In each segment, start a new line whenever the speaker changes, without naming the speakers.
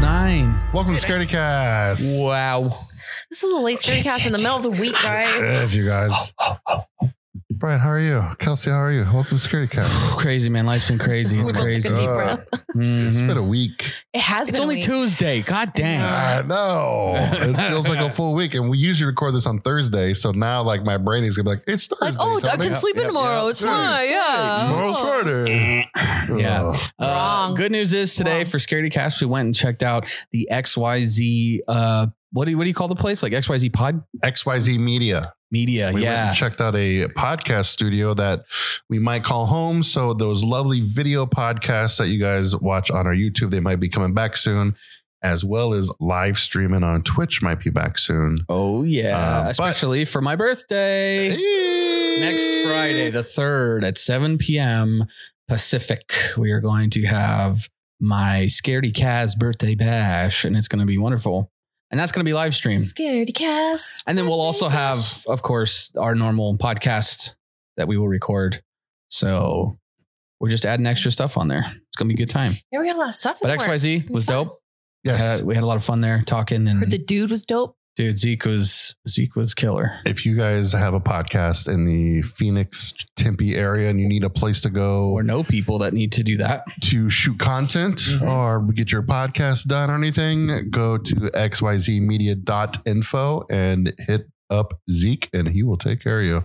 nine.
Welcome to Scaredy Cast.
Wow.
This is a late screen cast in the middle of the week, guys.
Yes, you guys. Brian, how are you? Kelsey, how are you? Welcome to Scaredy Cast.
Crazy, man. Life's been crazy. It's
We both took a
crazy.
deep
Uh,
breath.
It's
Mhm.
been a week.
It has
It's
been
only
a week.
Tuesday. God dang.
I know. It feels like a full week. And we usually record this on Thursday. So now, like, my brain is going to be like, it's Thursday.
Like, oh, I
Tony.
can sleep in
yep,
tomorrow. It's
Dude,
fine. Yeah.
Tomorrow's
Oh.
Friday.
Yeah.
Ugh.
Uh,
Wrong.
Good news is today
Wrong.
for Scaredy Cast, we went and checked out the XYZ. Uh, what do you, what do you call the place? Like XYZ Pod
XYZ Media.
Media.
We went
Uh, yeah.
and checked out a podcast studio that we might call home. So those lovely video podcasts that you guys watch on our YouTube, they might be coming back soon, as well as live streaming on Twitch might be back soon.
Oh yeah.
Uh, but-
Especially for my birthday. Next Friday, the 3rd at 7 p.m. Pacific, we are going to have my Scaredy Kaz birthday bash, and it's going to be wonderful. And that's going to be live stream.
Scaredy cast.
And then we'll also have, of course, our normal podcast that we will record. So we're just adding extra stuff on there. It's going to be a good time.
Yeah, we got a lot of stuff. in
But
the works.
XYZ was dope.
Yes.
Uh, we had a lot of fun there talking. And
Heard the dude was dope.
dude, Zeke was Zeke was killer.
if you guys have a podcast in the Phoenix, Tempe area and you need a place to go
Or know people that need to do that.
to shoot content
Mhm.
or get your podcast done or anything, go to xyzmedia.info and hit up Zeke and he will take care of you.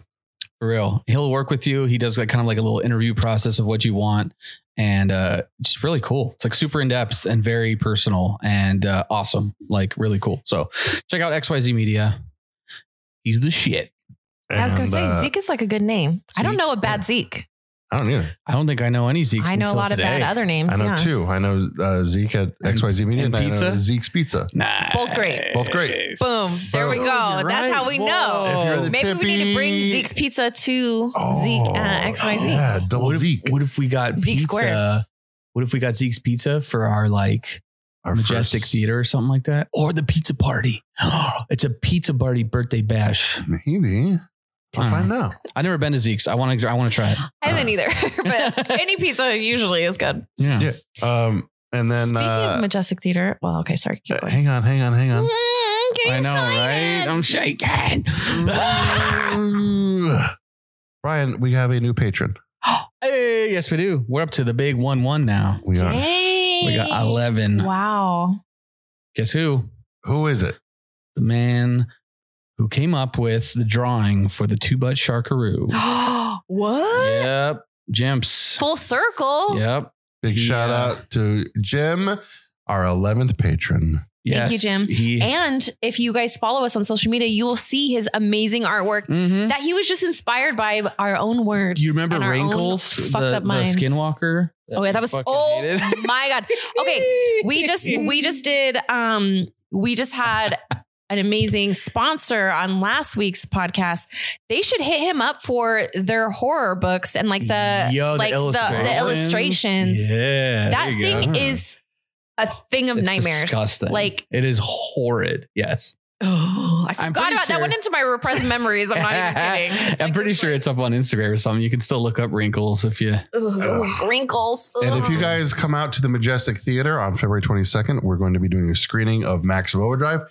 For real. He'll work with you. He does like kind of like a little interview process of what you want. And uh just really cool. It's like super in depth and very personal and uh awesome. Like really cool. So check out XYZ Media. He's the shit.
I was gonna
And,
say
uh,
Zeke is like a good name. I don't
Zeke,
know a bad Zeke.
I don't either.
I don't think I know any Zeke's.
I know a
until
lot
today.
of bad other names.
I know
yeah.
two. I know uh, Zeke at
And-
XYZ Media
and
and, I know
pizza?
Zeke's Pizza.
Nice.
Both great.
Both great.
Boom. There we
Oh,
go.
you're
That's
right.
how we
Whoa.
know.
If you're the
Maybe we need to bring
tippy- Oh,
Zeke's pizza to Zeke at XYZ.
Yeah, double
What if,
Zeke.
what if we got
Zeke
pizza?
Square.
What if we got Zeke's pizza for our like
Our
majestic
first-
theater or something like that? Or the pizza party. it's a pizza party birthday bash.
Maybe. I'll
Hmm.
find out.
I've never been to Zeke's. I want to. I want to try it.
I haven't either, but any pizza usually is good.
Yeah. Um, and then
Speaking
uh,
of Majestic Theater, well, okay, sorry, keep
uh,
going.
hang on, hang on, hang on.
I know, right? I'm shaking.
Brian, we have a new patron.
hey, yes, we do. We're up to the big one one now.
We are.
Dang.
We got eleven.
Wow.
Guess who?
Who is it?
The man who came up with the drawing for the two butt sharkaroo.
what?
yep, Jimps.
Full circle.
Yep.
Big
Yeah.
shout out to Jim, our 11th patron.
Yes.
you, Jim.
He.
And if you guys follow us on social media, you will see his amazing artwork
Mhm.
that he was just inspired by our own words.
Do you remember
and our own
Wrinkles, the,
Fucked up
the
minds.
skinwalker?
Oh yeah, that was.
fucking
Oh
hated?
my god. Okay, we just we just did. Um, we just had an amazing sponsor on last week's podcast. They should hit him up for their horror books and like the
Yo,
like the, the illustrations.
Yeah,
that
there you go.
thing is a thing of
It's
nightmares.
Disgusting.
Like,
it is horrid. Yes,
oh, I
I'm
forgot
pretty
about
sure-
that. Went into my repressed memories. I'm not even kidding. It's
I'm
like
pretty
this,
sure
like,
it's up on Instagram or something. You can still look up wrinkles if you.
ugh, wrinkles.
And if
Ugh.
you guys come out to the Majestic Theater on February 22nd, we're going to be doing a screening of Maximum Overdrive.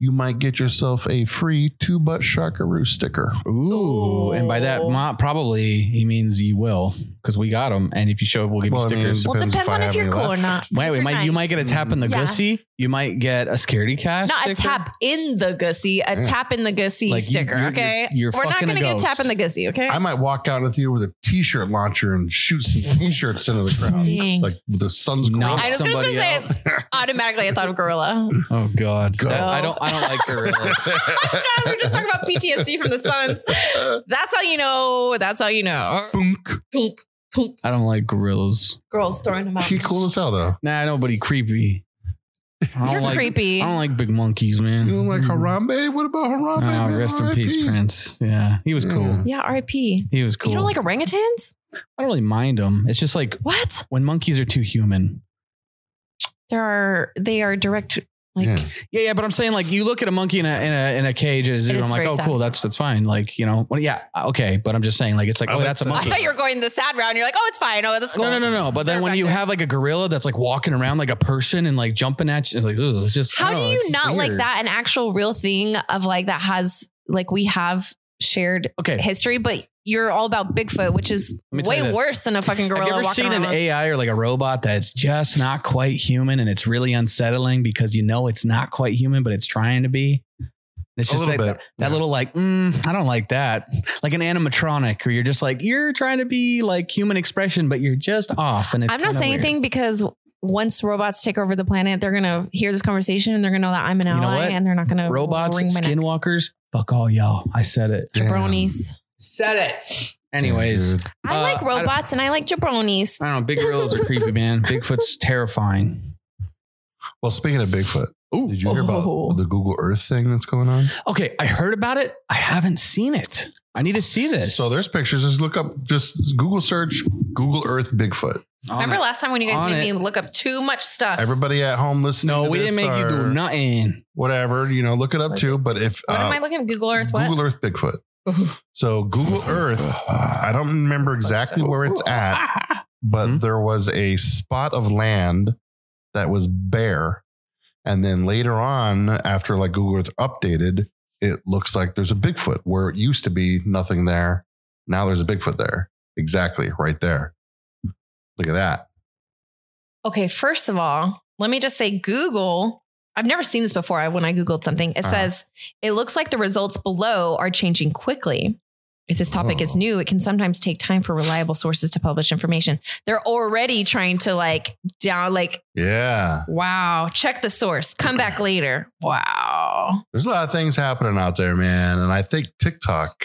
You might get yourself a free two butt sharkaroo sticker.
Ooh, and by that,
Ooh.
mo- probably he means you will because we got them. And if you show up, we'll give
Well,
you
I mean,
stickers.
well, it
Depends if
depends
I
on
have
if you're
any
cool or
left.
not.
Wait,
If
we
you're
might you
nice.
might get a tap in the
Yeah.
gussy. You might get a scaredy cast.
not a
sticker.
tap in the gussy, a
Yeah.
tap in the gussy
Like, you-
sticker.
you're-
okay,
you're- you're
we're not
fucking a
gonna get a
ghost.
tap in the gussy. Okay,
I might walk out of the theater with a t shirt launcher and shoot some t shirts into the crowd.
Dang.
Like the sun's
Knock
growing.
I was just gonna
somebody
say
out.
automatically I thought of gorilla.
Oh God,
Go.
That- I don't. I don't like gorilla.
God, we were just talking about PTSD from the suns. That's how you know. That's how you know.
Funk.
Tunk, tunk.
I don't like gorillas.
Girls throwing them out.
He cool as hell though.
Nah, nobody creepy. I don't
You're
like,
creepy.
I don't like big monkeys, man.
You don't like Harambe? What about Harambe?
Oh,
man?
Mm-hmm. rest in peace,
R.I.P..
Prince. Yeah, he was
Mm.
cool.
yeah, R.I.P.
He was cool.
You don't like orangutans?
I don't really mind him. It's just like
What?
when monkeys are too human.
There are they are direct Like,
yeah.
Yeah, yeah, but I'm saying like you look at a monkey in a in a in a cage at a zoo,
It
and
is
I'm like,
very
oh,
sad.
cool, that's that's fine. Like you know, well, yeah, uh, okay, but I'm just saying like it's like,
I
oh,
like
that's a
that.
I
monkey.
thought you were going the sad round. You're like, oh, it's fine. Oh, that's cool.
No, no, no, no. But then
They're
when
back
you
there.
have like a gorilla that's like walking around like a person and like jumping at you, it's like, ooh, it's just I
How do
don't know,
you
Oh, it's
not like
weird.
that? An actual real thing of like that has like we have shared
Okay,
history, but you're all about Bigfoot, which is
Let me tell you
way
this.
worse than a fucking gorilla
Have you ever
walking
seen an
around.
AI or like a robot that's just not quite human and it's really unsettling because you know it's not quite human, but it's trying to be? It's
a
just
little
that,
bit.
that
Yeah.
little like, mm, I don't like that. Like an animatronic where you're just like, you're trying to be like human expression, but you're just off. And it's
I'm not
kinda
saying
weird.
anything because once robots take over the planet, they're gonna hear this conversation and they're gonna know that I'm an
You know
ally
what?
and they're not gonna
Robots,
ring my neck.
skinwalkers, fuck all y'all. I said it.
Damn.
jabronis.
Said it. Anyways,
Dude.
I
Uh,
like
I don't-
robots and I like jabronis.
I don't know. Big gorillas are creepy, man. Bigfoot's terrifying.
Well, speaking of Bigfoot,
Ooh.
did you hear about
Oh.
the Google Earth thing that's going on?
Okay, I heard about it. I haven't seen it. I need to see this.
So there's pictures. Just look up, just Google search Google Earth Bigfoot.
On
Remember
it.
last time when you guys
On
made
it.
me look up too much stuff?
Everybody at home listening,
No,
to
we
this
didn't make you
are-
do nothing.
Whatever, you know, look it up
What is
too. But if
what am
uh,
I looking at? Google Earth? What?
Google Earth Bigfoot. So Google Earth, I don't remember exactly where it's at, but
Hmm?
there was a spot of land that was bare. And then later on, after like Google Earth updated, it looks like there's a Bigfoot where it used to be nothing there. Now there's a Bigfoot there. Exactly, right there. Look at that.
Okay, first of all, let me just say Google. I've never seen this before I- when I Googled something. It
Uh-huh.
says, it looks like the results below are changing quickly. If this topic is
Oh.
new, it can sometimes take time for reliable sources to publish information. They're already trying to like down, like,
Yeah.
wow, check the source, come back later. Wow.
There's a lot of things happening out there, man. And I think TikTok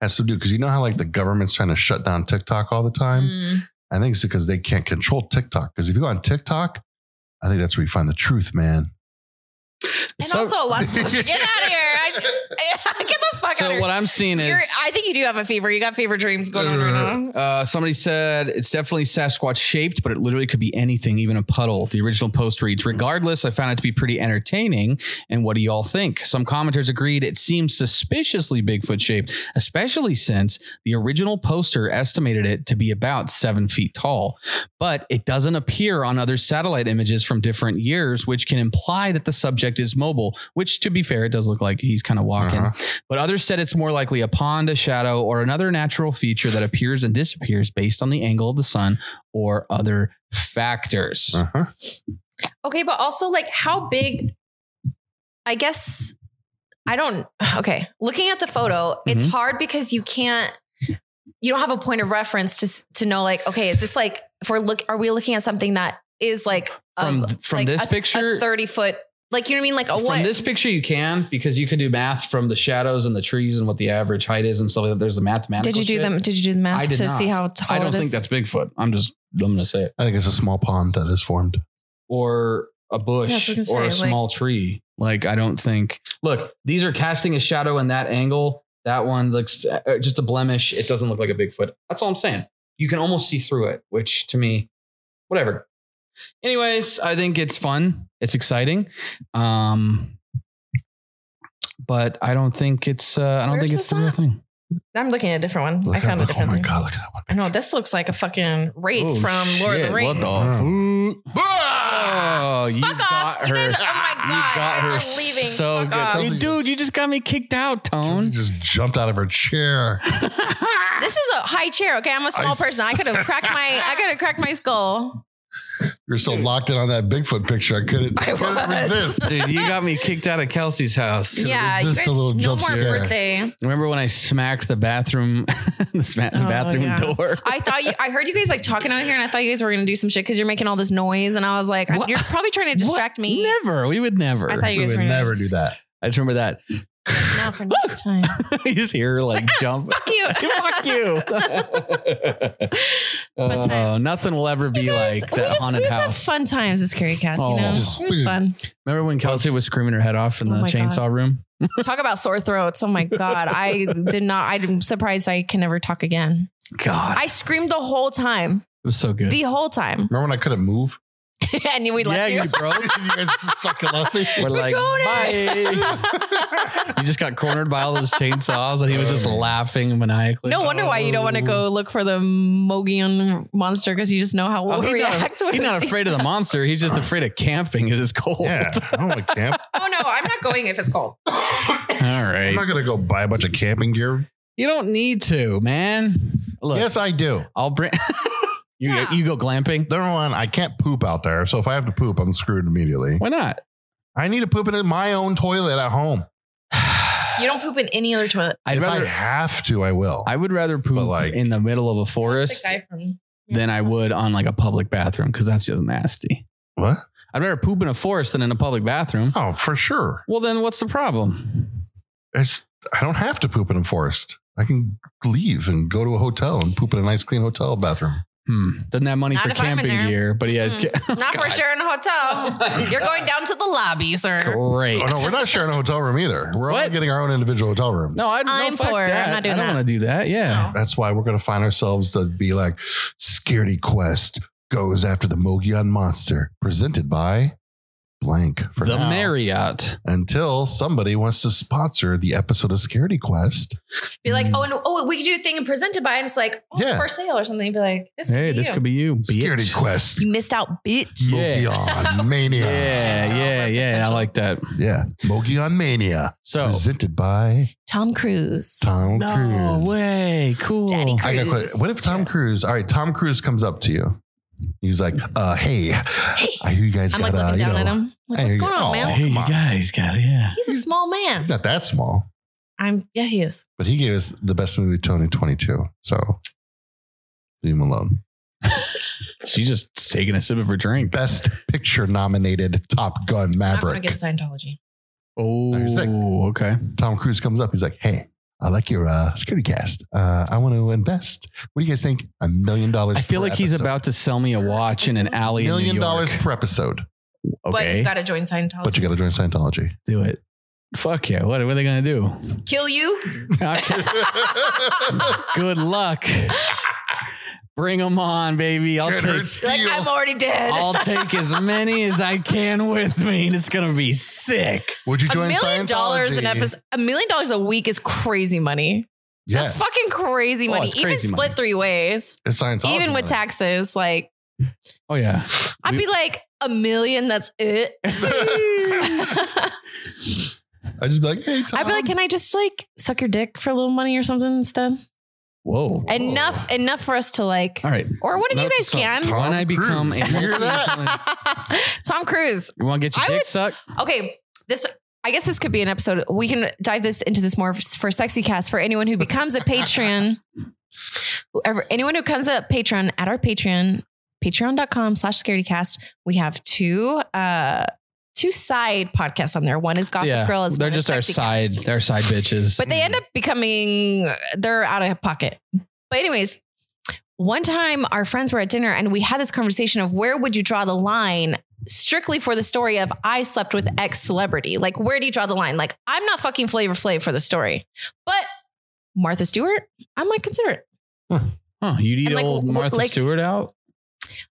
has to do because you know how like the government's trying to shut down TikTok all the time?
Mm.
I think it's because they can't control TikTok. Because if you go on TikTok, I think that's where you find the truth, man.
And
So-
also, a lot of get out of here. I, get the fuck out of
So
here.
what I'm seeing is
You're- I think you do have a fever. You got fever dreams going on right now.
uh, somebody said it's definitely Sasquatch shaped, but it literally could be anything, even a puddle. The original post reads, regardless, I found it to be pretty entertaining. And what do y'all think? Some commenters agreed it seems suspiciously Bigfoot shaped, especially since the original poster estimated it to be about seven feet tall. But it doesn't appear on other satellite images from different years, which can imply that the subject is mobile, which to be fair, it does look like he's kind of walking.
Uh-huh.
But others said it's more likely a pond, a shadow, or another natural feature that appears and disappears based on the angle of the sun or other factors.
Uh-huh.
Okay, but also like how big I guess I don't okay, looking at the photo, it's
Mhm.
hard because you can't you don't have a point of reference to s- to know like okay, is this like if we're look are we looking at something that is like a-
From from
Um, like
this
a-
picture,
a 30 foot like you know what I mean like a what
from this picture you can because you can do math from the shadows and the trees and what the average height is and stuff like that. There's the mathematical.
did you do
shit.
them did you do the math
I did
to see
not.
how tall
I don't
it
think
is?
that's Bigfoot. I'm just I'm gonna say it
I think it's a small pond that is formed.
or a bush
Yeah, I was
or
gonna
a
say, like-
small tree. Like I don't think. Look, these are casting a shadow in that angle. That one looks uh, just a blemish. It doesn't look like a Bigfoot. That's all I'm saying. You can almost see through it, which to me, whatever. Anyways, I think it's fun. It's exciting. Um, but I don't think it's. Uh, I don't
Where's
think it's
this
the real
at?
thing.
I'm looking at a different one.
Look
I found
at,
a
look, oh
different
my
one.
god! Look at that one.
I know this looks like a fucking wraith
Oh,
from Lord of
shit.
the Rings.
What the? fuck? Oh, you
Fuck
got
off.
her.
You guys, oh my God.
You got
guys
her
are leaving.
so
Fuck
good.
off.
Hey, dude, you just got me kicked out,
She
Tone.
just jumped out of her chair.
This is a high chair. Okay, I'm a small
I-
person. I could have cracked my I could have cracked my skull.
You're so locked in on that Bigfoot picture. I couldn't,
I
couldn't
was.
resist.
dude, you got me kicked out of Kelsey's house.
Yeah,
resist a little
no
jump
more
scare.
birthday.
Remember when I smacked the bathroom, the, sma- the
Oh,
bathroom
yeah.
door?
I thought you. I heard you guys like talking out here, and I thought you guys were gonna do some shit because you're making all this noise, and I was like,
What?
you're probably trying to
What?
distract me.
Never. We would never.
I thought you
We
guys
would
were
never do that.
I just remember that.
Now for next time.
you just hear her like jump.
Fuck you.
Fuck you.
Fun
oh,
times.
nothing will ever be
You guys,
like
we
that
just,
haunted
we just
house.
Have fun times at Scary Cast,
Oh.
you know.
Just-
it was fun.
Remember when Kelsey was screaming her head off in
Oh
the
my God.
chainsaw room?
Talk about sore throats. Oh my god, I did not. I'm surprised I can never talk again.
God,
I screamed the whole time,
it was so good.
the whole time.
Remember when I couldn't move?
and we left
yeah,
you.
you broke.
you guys just fucking love me.
We're like,
doing
bye. you just got cornered by all those chainsaws, and he was just laughing maniacally.
no wonder why you don't want to
oh.
go look for the Mogian monster because you just know how we'll
Oh, he's not,
react. when
he's
we
not
see
afraid of the monster. He's just afraid of camping because it's cold.
Yeah, I don't want to camp.
stuff. Oh no, I'm not going if it's cold.
All
I'm
right.
not gonna go buy a bunch of camping gear.
You don't need to, man. Look,
Yes, I do.
I'll bring. you
Yeah.
you go glamping?
Number one, I can't poop out there, so if I have to poop, I'm screwed immediately.
Why not?
I need to poop in my own toilet at home.
You don't poop in any other toilet.
I'd
if
rather.
I
I,
have to, I will.
would rather poop
like-
in the middle of a forest
from
than I would on like a public bathroom because that's just nasty.
what?
I'd rather poop in a forest than in a public bathroom.
Oh, for sure.
Well, then what's the problem?
It's I don't have to poop in a forest. I can leave and go to a hotel and poop in a nice, clean hotel bathroom.
Hmm. Doesn't have money
Not
for
if I'm in
camping
there. Hmm.
gear, but he has. ca-
Not for
God.
sure in a hotel. You're going down to the lobby, sir.
Great.
Oh no, we're not sharing a hotel room either. We're all
What?
getting our own individual hotel rooms.
No, I,
I'm
no, fuck
poor. I'm
That.
not doing
I don't
that.
want to do that. Yeah.
That's why we're going to find ourselves to be like Scaredy Quest goes after the Mogion monster, presented by blank for
The
now.
Marriott.
Until somebody wants to sponsor the episode of Scaredy Quest.
Be like, oh, and oh, we could do a thing and presented by, and it's like, oh,
Yeah.
for sale or something. Be like, this
Hey,
could be
this
you.
could be you.
Scaredy
Bitch.
Quest
you missed out, bitch.
Yeah.
Mogion Mania.
Yeah, yeah, yeah. I like that.
Yeah. Mogion Mania.
So
Presented by
Tom Cruise.
Tom
no
Cruise.
way. Cool.
Daddy
I got a
Cruise.
question. What if Tom Cruise? All right, Tom Cruise comes up to you. He's like, uh, hey, I hear you guys
I'm
got
like
uh,
looking
you
down
know,
at him. Like,
I
what's
hear
going
you.
on,
Oh.
man?
Hey, you
Come on.
guys got it. Yeah.
He's a small man.
He's not that small,
I'm yeah, he is.
but he gave us the best movie Tony 22. So leave him alone.
She's just taking a sip of her drink.
Best picture nominated Top Gun
I'm gonna
Maverick.
get Scientology.
Oh, okay.
Tom Cruise comes up. He's like, hey, I like your uh, security cast. Uh, I want to invest. What do you guys think? A million dollars.
I feel
per
like he's
episode.
about to sell me a watch in an alley. in New
million
York.
dollars per episode.
But
Okay.
you gotta join Scientology.
But you got to join Scientology.
do it. Fuck yeah. What, what are they going to do?
Kill you.
Okay. Good luck. Bring them on, baby. I'll take.
Like I'm already dead.
I'll take as many as I can with me, and it's gonna be sick.
Would you
a
join
million
Scientology?
dollars an episode. A million dollars a week is crazy money.
Yeah,
That's fucking crazy
Oh,
money.
it's
Even
crazy
split
money.
three ways.
it's Scientology.
even with
money.
taxes, like
Oh yeah.
I'd
We-
be like a million. That's it. I'd
I'd just be like, hey, Tom.
be like, can I just like suck your dick for a little money or something instead?
Whoa.
Enough, enough for us to like,
All right.
or one of you
Not to
guys
suck
can.
Tom When I
Cruise.
become a
You hear that?
Tom Cruise.
You want to get your
I
dick
would-
sucked?
Okay, this. I guess this could be an episode. We can dive this into this more for sexy cast for anyone who becomes a patron. Whoever, anyone who becomes a patron at our Patreon, patreon.com slash scaredycast, we have two uh two side podcasts on there. One is Gossip Girl, as
they're
one is
just our
Sexy
side,
Cast.
our side bitches.
But they end up becoming they're out of pocket. But anyways, one time our friends were at dinner and we had this conversation of where would you draw the line strictly for the story of I slept with ex celebrity. Like where do you draw the line? Like I'm not fucking Flavor Flav for the story. But Martha Stewart, I might consider it.
huh, you'd eat
and, like,
old
w-
Martha
like-
Stewart out.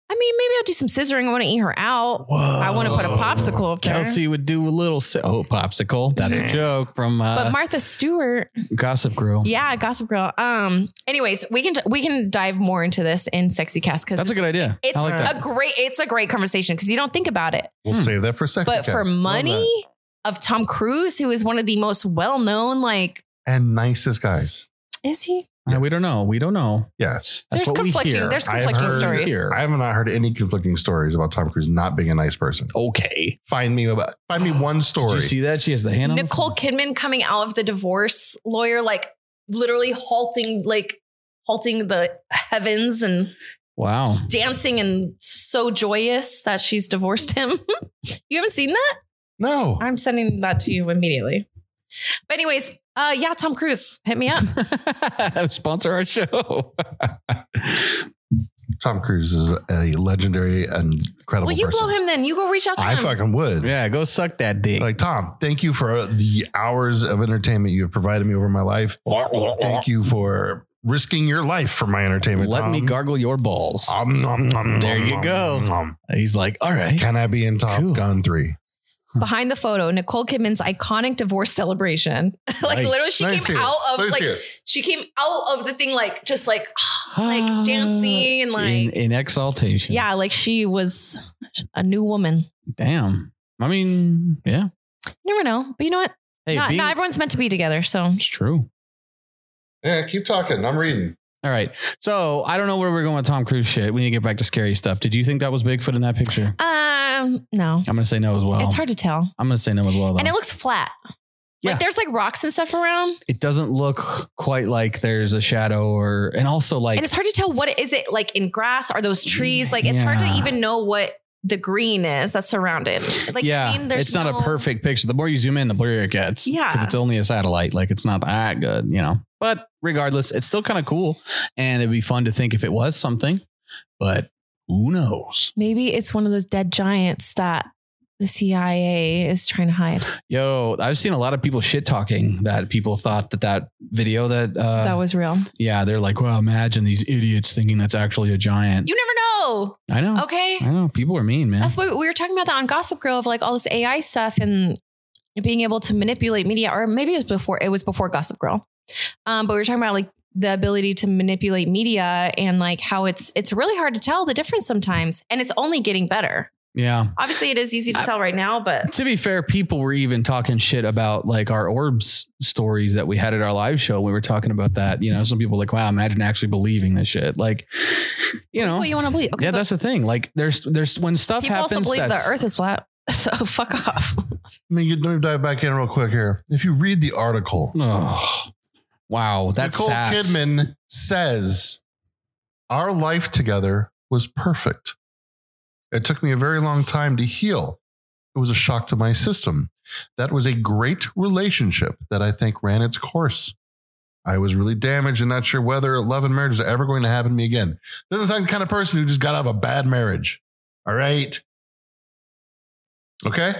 I mean, maybe I'll do some scissoring. I want to eat her out.
Whoa.
I want to put a popsicle up there.
Oh, Kelsey would do a little si- oh popsicle. That's a joke from
But
uh,
Martha Stewart,
Gossip Girl.
yeah, Gossip Girl. Um. Anyways, we can we can dive more into this in Sexy Cast because
that's a good idea.
It's
I like that.
a great it's a great conversation because you don't think about it.
We'll
Hmm.
save that for a second.
But for
guys. Love
money of Tom Cruise, who is one of the most well known, like
that. and nicest guys.
is he?
Uh, we don't know. We don't know.
Yes,
That's
There's
what we
conflicting-
hear.
there's
I have
conflicting
heard-
stories.
Here.
I have not heard any conflicting stories about Tom Cruise not being a nice person.
Okay.
Find me about find me one
Did
story.
you see that? She has the hand on the
Nicole Kidman coming out of the divorce lawyer, like literally halting, like halting the heavens and
Wow.
dancing and so joyous that she's divorced him. you haven't seen that?
no,
I'm sending that to you immediately. But anyways, uh yeah, Tom Cruise, hit me up.
Sponsor our show.
Tom Cruise is a legendary and incredible
Well, you
person.
blow him then. You go reach out to
I
him.
fucking would.
yeah, go suck that dick.
Like Tom, thank you for the hours of entertainment you have provided me over my life. Thank you for risking your life for my entertainment.
Let me
Tom.
gargle your balls.
Um, nom, nom,
There
nom,
you
nom,
go.
nom.
He's like, all right.
Can I be in Top
Cool.
Gun 3?
Behind the photo, Nicole Kidman's iconic divorce celebration. like
Nice.
literally, she
Let me see
came
this.
out
Let
of
me
like
see this.
she came out of the thing like just like like dancing and like
Ah, in, in exaltation.
yeah, like she was a new woman.
Damn. I mean, yeah.
Never know, but you know what?
Hey,
not,
being-
not everyone's meant to be together. So
it's true.
Yeah, keep talking. I'm reading.
All right. So I don't know where we're going with Tom Cruise shit. We need to get back to scary stuff. Did you think that was Bigfoot in that picture?
um, no,
I'm going to say no as well.
it's hard to tell,
I'm going to say no as Oh. well. Though.
and it looks flat.
Yeah.
Like there's like rocks and stuff around,
it doesn't look quite like there's a shadow or, and also like,
and it's hard to tell what is it like in grass. Are those trees? Like it's hard to
Yeah.
even know what the green is that's surrounded. Like
yeah,
green,
it's not
no-
a perfect picture. The more you zoom in, the blurrier it gets.
Yeah.
Because it's only a satellite. Like it's not that good, you know. But regardless, it's still kind of cool. And it'd be fun to think if it was something, but who knows?
Maybe it's one of those dead giants that the CIA is trying to hide.
Yo, I've seen a lot of people shit talking that people thought that that video that, uh,
that was real.
yeah, they're like, well, imagine these idiots thinking that's actually a giant.
You never know.
I know.
Okay.
Hmm. I know. People are mean, man.
That's what we were talking about that on Gossip Girl of like all this AI stuff and being able to manipulate media, or maybe it was before it was before Gossip Girl. Um, but we were talking about like the ability to manipulate media and like how it's it's really hard to tell the difference sometimes, and it's only getting better.
yeah.
Obviously, it is easy to tell right now, but
To be fair, people were even talking shit about like our orbs stories that we had at our live show. We were talking about that. You know, some people were like, wow, imagine actually believing this shit. Like, you know,
what you want to believe? Okay,
yeah,
but
that's the thing. Like, there's, there's when stuff
people
happens.
also believe the
that's-
Earth is flat. So fuck off.
Let me, let me dive back in real quick here. If you read the article,
Ugh. wow, that's
Nicole
sass.
Kidman says, Our life together was perfect. It took me a very long time to heal. It was a shock to my system. That was a great relationship that I think ran its course. I was really damaged and not sure whether love and marriage is ever going to happen to me again. Doesn't sound the kind of person who just got out of a bad marriage. All right. Okay.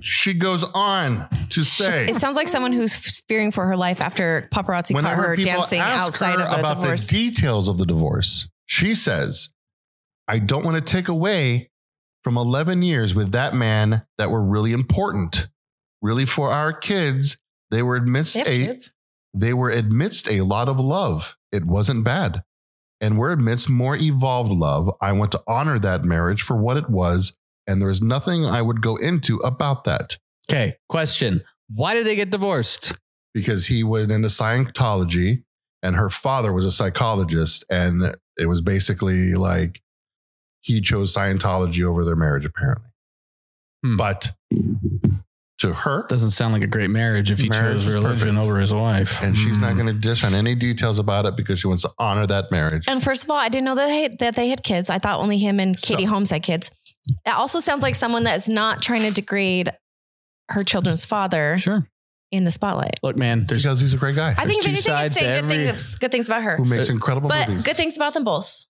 She goes on to say
It sounds like someone who's fearing for her life after paparazzi caught her
people
dancing
ask
outside
her
of a
about
divorce.
the details of the divorce, she says, "I don't want to take away from 11 years with that man that were really important, really for our kids. They were amidst a they were amidst a lot of love. It wasn't bad, and we're amidst more evolved love. I want to honor that marriage for what it was, and there is nothing I would go into about that."
Okay, question. Why did they get divorced?
because he went into Scientology and her father was a psychologist. And it was basically like he chose Scientology over their marriage, apparently.
Hmm.
But to her,
Doesn't sound like a great marriage if he
Marriage
chose
is
religion
perfect.
over his wife.
and she's not
Mm.
going to dish on any details about it because she wants to honor that marriage.
And first of all, I didn't know that they, that they had kids. I thought only him and Katie
So-
Holmes had kids. That also sounds like someone that's not trying to degrade her children's father
Sure.
in the spotlight.
Look, man, there's
because he's a great guy
I think if
two
anything,
sides
it's saying
to
good,
every-
things, good things about her,
who makes incredible
but
movies.
good things about them both.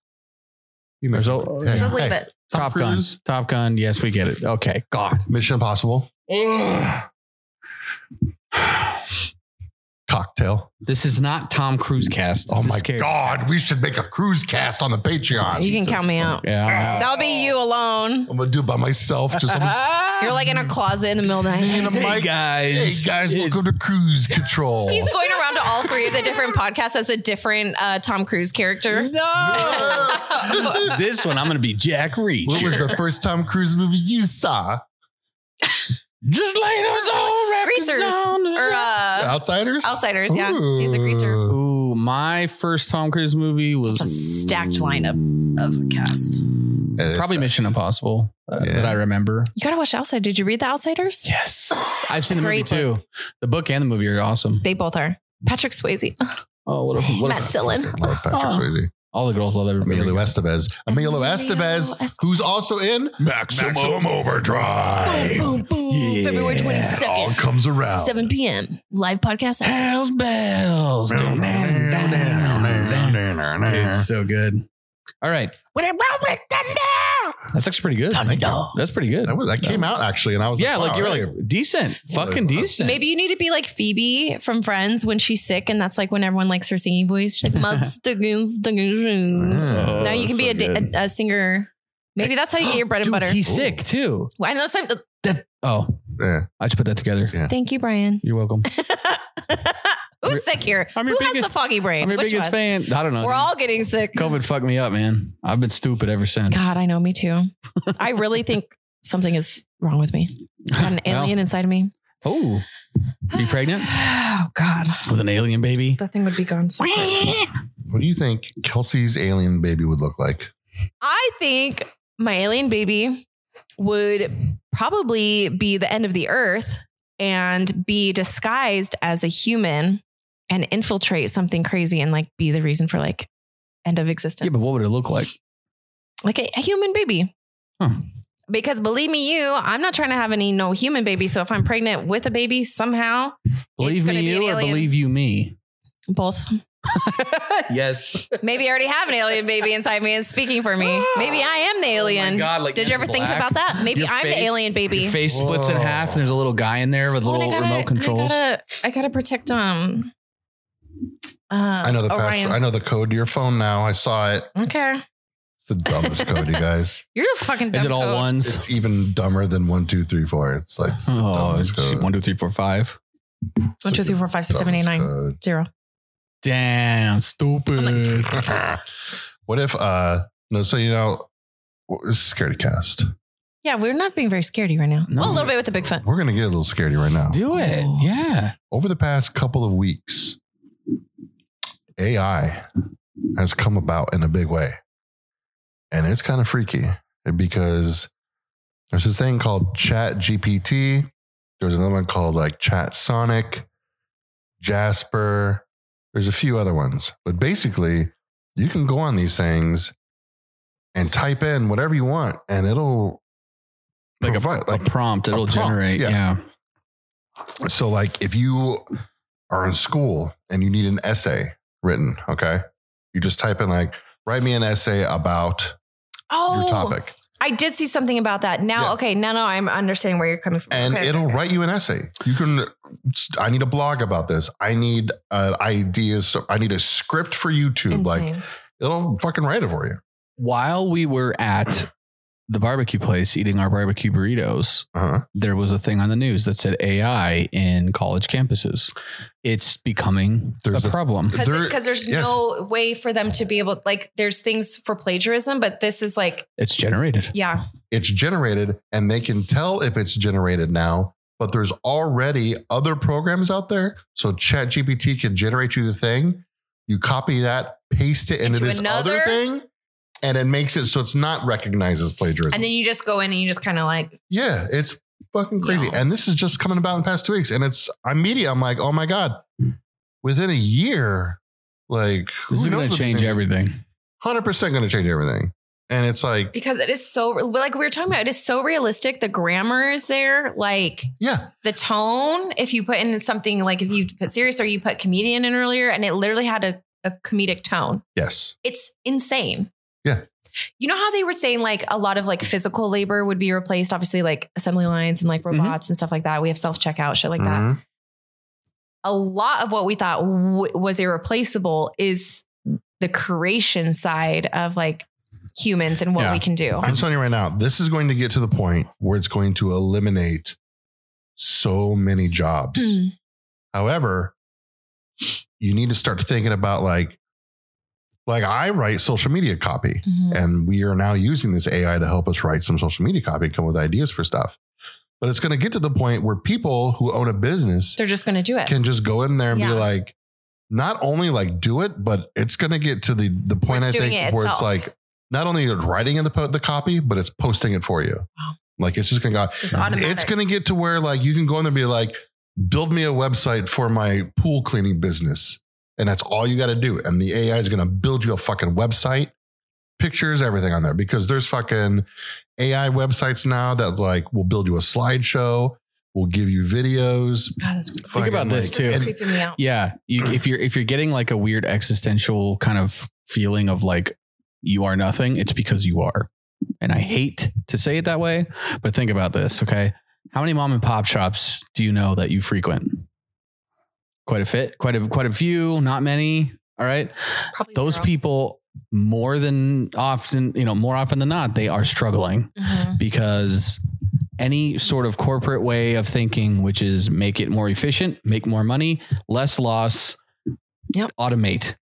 He makes-
There's a-
Hey,
So
Yeah.
leave
hey,
it.
Tom
Top Gun.
Cruise.
Top Gun. Yes, we get it. Okay. God.
Mission Impossible, Cocktail.
This is not Tom Cruise cast. This
oh
is
my
scary.
God, we should make a cruise cast on the Patreon.
You can
Jesus
count me
fuck.
out.
Yeah. I'm out.
That'll be you alone.
I'm gonna do it by myself. Just I'm just-
You're like in a closet in the middle of the
In a
night.
mic.
Hey guys.
hey guys,
It's-
welcome to Cruise Control.
He's going around to all three of the different podcasts as a different uh, Tom Cruise character.
No. this one, I'm going to be Jack Reach.
what was the first Tom Cruise movie you saw?
Just lay those old records
Greasers
on the
or
shelf.
uh,
Outsiders.
Outsiders, yeah. He's a greaser.
Ooh, my first Tom Cruise movie was
A stacked lineup of
It
cast.
is
Probably
stacked.
Mission Impossible uh,
Yeah.
that I remember.
You gotta watch Outside. Did you read The Outsiders?
Yes, I've seen the movie
Great
too. The book and the movie are awesome.
They both are. Patrick Swayze.
Oh, what a what
Matt
a,
Dillon.
I love Patrick
Oh.
Swayze.
all the girls love everybody.
Emilio Estevez. Emilio
Emilio
Estevez,
Estevez.
who's also in
Maximum
Overdrive.
Boom, boom.
Yeah.
February
It all
22nd,
comes around.
7 p.m. Live podcast.
Hell's bells. Dude, it's so good. All right.
When I roll with thunder.
That's actually pretty good.
Thank you.
That's pretty good.
That was that came out actually, and I was
Yeah, like
wow,
you were
hey,
like decent,
Well,
fucking
well,
decent.
Maybe you need to be like Phoebe from Friends when she's sick, and that's like when everyone likes her singing voice. She's like, "Mustaches, stickers."
Oh,
Mm.
now you can
that's
be
so
a, da-
good.
a, a singer. Maybe that's how you get your bread and
Dude,
butter.
He's
Ooh.
sick too.
Well, I know some,
That oh,
yeah.
I just put that together.
Yeah.
Thank you, Brian.
You're welcome.
Who's sick here?
I'm your
Who has
biggest-
the foggy brain?
I'm your
Which
biggest
one?
fan. I don't know.
We're
dude.
all getting sick.
COVID fucked me up, man. I've been stupid ever since.
God, I know. Me too. I really think something is wrong with me. I got an
Well,
alien inside of me.
oh, Are you pregnant?
Oh God,
with an alien baby.
that thing would be gone. So quick.
What do you think Kelsey's alien baby would look like?
I think my alien baby would probably be the end of the earth and be disguised as a human and infiltrate something crazy and like be the reason for like end of existence.
Yeah, but what would it look like?
like a, a human baby.
Huh.
Because believe me, you, I'm not trying to have any no human baby. So if I'm pregnant with a baby somehow,
Believe
gonna
me,
be an
you or
alien.
believe you me?
both.
yes.
Maybe I already have an alien baby inside me and speaking for me. Maybe I am the alien.
Oh God, like
Did you ever think
black.
about that? Maybe
Your
I'm
face-
the alien baby.
Your face splits in
Whoa.
half, and there's a little guy in there with
Oh, and
little
I gotta-
remote controls.
I gotta, I gotta protect um. Uh,
I know the
Orion.
past. I know the code to your phone now. I saw it.
okay,
It's the dumbest code, you guys.
you're a fucking.
Is it all
dumb
ones?
It's even dumber than one, two, three, four. It's like it's the
Oh,
dumbest
shoot,
code.
one, two, three, four, five.
It's
One, two,
like
three,
the
four, five, six, seven, eight,
dumbest
nine,
code.
zero.
Damn, stupid.
what if uh no so you know w- this is scaredy cast
Yeah, we're not being very scaredy right now.
No.
Well, a little bit with the big foot.
we're gonna get a little scaredy right now
Do it.
Oh.
Yeah.
over the past couple of weeks ai has come about in a big way and it's kind of freaky because there's this thing called chat gpt there's another one called like chat sonic jasper there's a few other ones but basically you can go on these things and type in whatever you want and it'll
Like a,
provide-
a prompt, it'll
prompt,
generate.
yeah.
yeah.
So, like, if you are in school and you need an essay written, okay, you just type in like, write me an essay about your
Oh,
topic,
I did see something about that. Now,
Yeah.
okay, no, no, I'm understanding where you're coming from.
and
Okay,
it'll
okay.
write you an essay. You can. I need a blog about this. I need uh, ideas. So I need a script for YouTube. Like,
Insane.
it'll fucking write it for you.
While we were at the barbecue place eating our barbecue burritos,
Uh-huh.
there was a thing on the news that said AI in college campuses. It's becoming
There's
a
a-
problem.
because
There-
there's
yes.
no way for them to be able like there's things for plagiarism but this is like
it's generated.
yeah
It's generated, and they can tell if it's generated now. But there's already other programs out there. So ChatGPT can generate you the thing. You copy that, paste it into,
Into
this other
another?
thing, and it makes it so it's not recognized as plagiarism.
and then you just go in and you just kind of like
yeah, it's fucking crazy.
Yeah.
And this is just coming about in the past two weeks. And it's I'm media. I'm like, oh my God. Within a year, like
This is going to change everything.
Hundred percent gonna change everything. And it's like,
because it is so like we were talking about it is so realistic the grammar is there like
yeah,
the tone if you put in something like if you put serious or you put comedian in earlier and it literally had a, a comedic tone
yes.
it's insane
Yeah.
you know how they were saying like a lot of like physical labor would be replaced obviously like assembly lines and like robots and stuff like that we have self-checkout shit like that
Mhm.
a lot of what we thought w- was irreplaceable is the creation side of like humans and what
Yeah.
we can do.
I'm telling you right now, this is going to get to the point where it's going to eliminate so many jobs.
Hmm.
However, you need to start thinking about like, like I write social media copy,
Mhm.
and we are now using this AI to help us write some social media copy and come up with ideas for stuff. But it's going to get to the point where people who own a business
They're just going to do it.
can just go in there and
Yeah.
be like, not only like do it, but it's going to get to the the point
It's
I
doing
think
it
where it's
itself.
like not only you're writing in the po- the copy, but it's posting it for you.
Wow.
Like it's just going to go.
Just automatic.
It's going to get to where like you can go in there and be like, build me a website for my pool cleaning business, and that's all you got to do. And the AI is going to build you a fucking website, pictures, everything on there because there's fucking AI websites now that like will build you a slideshow, will give you videos.
God, that's
Think about
fucking,
this,
this
too.
is
and-
creeping me out.
Yeah, you, if you're if you're getting like a weird existential kind of feeling of like you are nothing, it's because you are. and I hate to say it that way, but think about this, okay? How many mom and pop shops do you know that you frequent? Quite a fit, quite a quite a few, not many. All right.
Probably
Those people more than often, you know, more often than not, they are struggling
Mm-hmm.
because any sort of corporate way of thinking, which is make it more efficient, make more money, less loss,
Yep.
automate.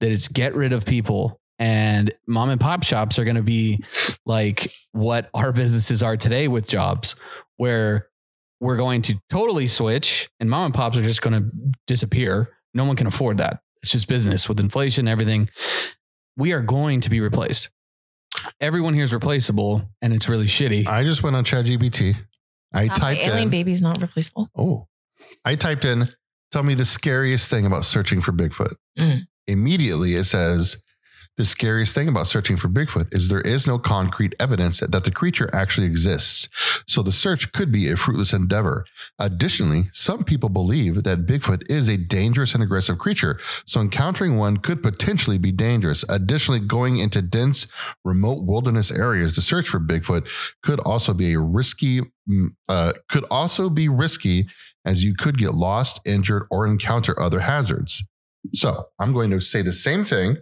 That it's get rid of people. And mom and pop shops are going to be like what our businesses are today with jobs, where we're going to totally switch and mom and pops are just going to disappear. No one can afford that. It's just business with inflation, everything. We are going to be replaced. Everyone here is replaceable and it's really shitty.
I just went on ChatGPT. I typed
alien
in.
baby's not replaceable.
Oh, I typed in. Tell me the scariest thing about searching for Bigfoot.
Mm.
Immediately, it says the scariest thing about searching for Bigfoot is there is no concrete evidence that the creature actually exists. So the search could be a fruitless endeavor. Additionally, some people believe that Bigfoot is a dangerous and aggressive creature. So encountering one could potentially be dangerous. Additionally, going into dense, remote wilderness areas to search for Bigfoot could also be a risky, mm, uh, could also be risky as you could get lost, injured, or encounter other hazards. So I'm going to say the same thing.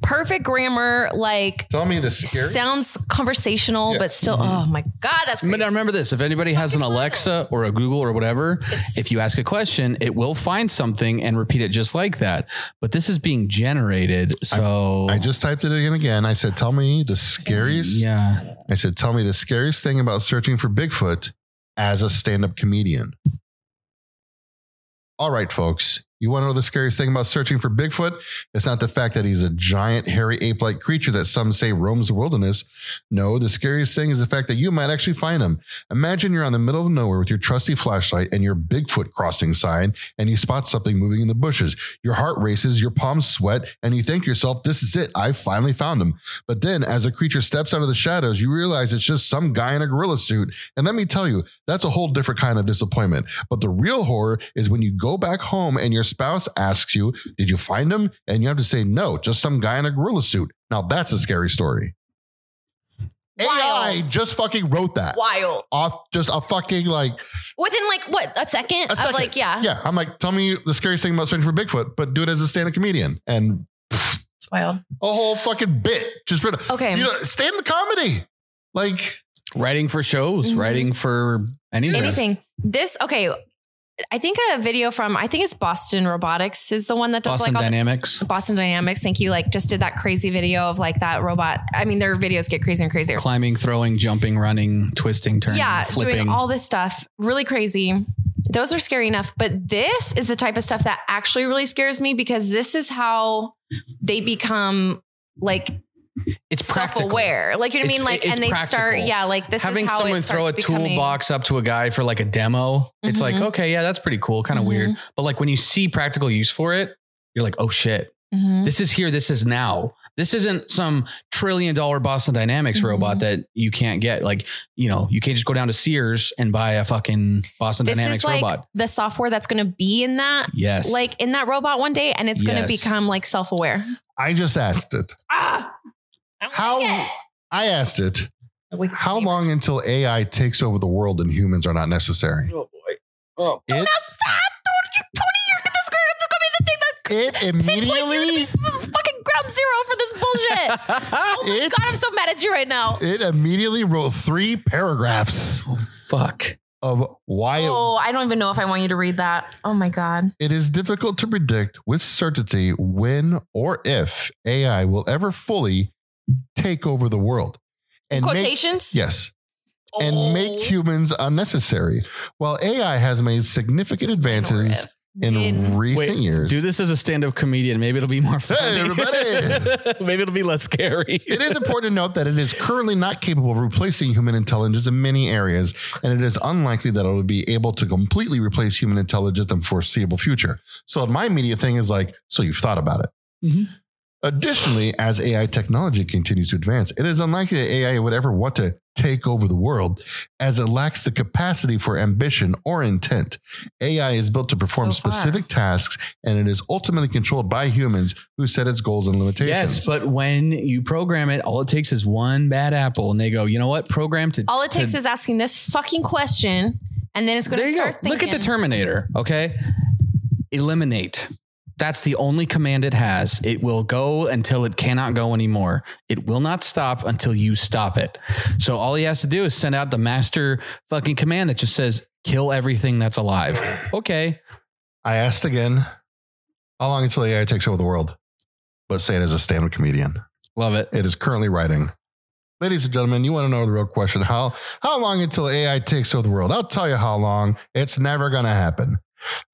Perfect grammar, like
Tell me the scary.
sounds conversational,
Yeah. Mm-hmm.
but still,
Mhm.
oh my god, that's
But
crazy.
now remember this: if anybody has an
fucking wild.
Alexa or a Google or whatever,
It's-
if you ask a question, it will find something and repeat it just like that. But this is being generated, so
I just typed it in again. I said, "Tell me the scariest."
yeah.
I said, "Tell me the scariest thing about searching for Bigfoot as a stand-up comedian." All right, folks. You want to know the scariest thing about searching for Bigfoot? It's not the fact that he's a giant, hairy, ape-like creature that some say roams the wilderness. No, the scariest thing is the fact that you might actually find him. Imagine you're on the middle of nowhere with your trusty flashlight and your Bigfoot crossing sign, and you spot something moving in the bushes. Your heart races, your palms sweat, and you think to yourself, "This is it. I finally found him." But then, as a creature steps out of the shadows, you realize it's just some guy in a gorilla suit. And let me tell you, that's a whole different kind of disappointment. But the real horror is when you go back home and your spouse asks you, Did you find him? And you have to say, No, just some guy in a gorilla suit. Now, that's a scary story. AI
Wild.
just fucking wrote that.
wild
Off just a fucking like,
within like what a second,
A second.
of like yeah,
yeah. I'm like, tell me the scariest thing about searching for Bigfoot, but do it as a stand-up comedian and
it's wild.
a whole fucking bit just written.
Okay,
You know, stand-up comedy. Like,
writing for shows,
Mhm.
writing for anything.
anything. This okay. I think a video from I think it's Boston Robotics is the one that does
Boston
like all the
Dynamics,
Boston Dynamics. Thank you. Like just did that crazy video of like that robot. I mean, their videos get crazier and crazier.
climbing, throwing, jumping, running, twisting, turning,
yeah,
flipping.
doing all this stuff. Really crazy. Those are scary enough, but this is the type of stuff that actually really scares me because this is how they become like
it's practical.
self-aware. Like you know what I
It's-
mean? Like
it's
and they start
practical.
yeah, like this
Having
is how
someone
it
throw a
starts becoming-
toolbox up to a guy for like a demo, it's like,
Mhm.
okay, yeah, that's pretty cool, kind of
Mhm.
weird. But like when you see practical use for it, you're like, oh shit,
Mhm.
This is here. This is now. This isn't some trillion dollar Boston Dynamics
Mhm.
robot that you can't get. Like, you know, you can't just go down to Sears and buy a fucking Boston
This
Dynamics
is like
robot.
the software that's going to be in that
Yes.
like in that robot one day and it's going to
Yes.
become like self-aware.
I just asked it.
Ah. I don't
How-
like it.
I asked it,
We can
how
be
long
worse.
until AI takes over the world and humans are not necessary?
oh boy. Oh.
Dude,
It,
that's sad, dude. Ah, You- Tony, you're gonna- this is gonna- this is gonna be the thing that
it
pinpoints you to
immediately
be the fucking ground zero for this bullshit. Oh my
It-
god, I'm so mad at you right now.
it immediately wrote three paragraphs
oh fuck.
of why it
Oh, I don't even know if I want you to read that. Oh my god.
It is difficult to predict with certainty when or if AI will ever fully take over the world. And make-
Quotations?
yes. and
Oh.
make humans unnecessary. While AI has made significant advances in,
In-
recent
Wait,
years.
Do this as a stand-up comedian. Maybe it'll be more fun.
everybody.
Maybe it'll be less scary.
It is important to note that it is currently not capable of replacing human intelligence in many areas, and it is unlikely that it will be able to completely replace human intelligence in the foreseeable future. So, my immediate thing is like, so you've thought about it.
Mm-hmm.
Mhm.
Additionally, as AI technology continues to advance, it is unlikely that AI would ever want to take over the world as it lacks the capacity for ambition or intent. AI is built to perform
So far.
specific tasks and it is ultimately controlled by humans who set its goals and limitations.
Yes, but when you program it, all it takes is one bad apple, and they go, you know what? Program to
All it takes
to,
is asking this fucking question, and then it's going
There
to
you
start
go.
thinking.
Look at the Terminator. Okay, eliminate. That's the only command it has. It will go until it cannot go anymore. It will not stop until you stop it. So all he has to do is send out the master fucking command that just says kill everything that's alive. Okay,
I asked again, how long until AI takes over the world? But say it as a stand up comedian.
love it.
It is currently writing. Ladies and gentlemen, you want to know the real question. How how long until AI takes over the world? I'll tell you how long. It's never gonna happen.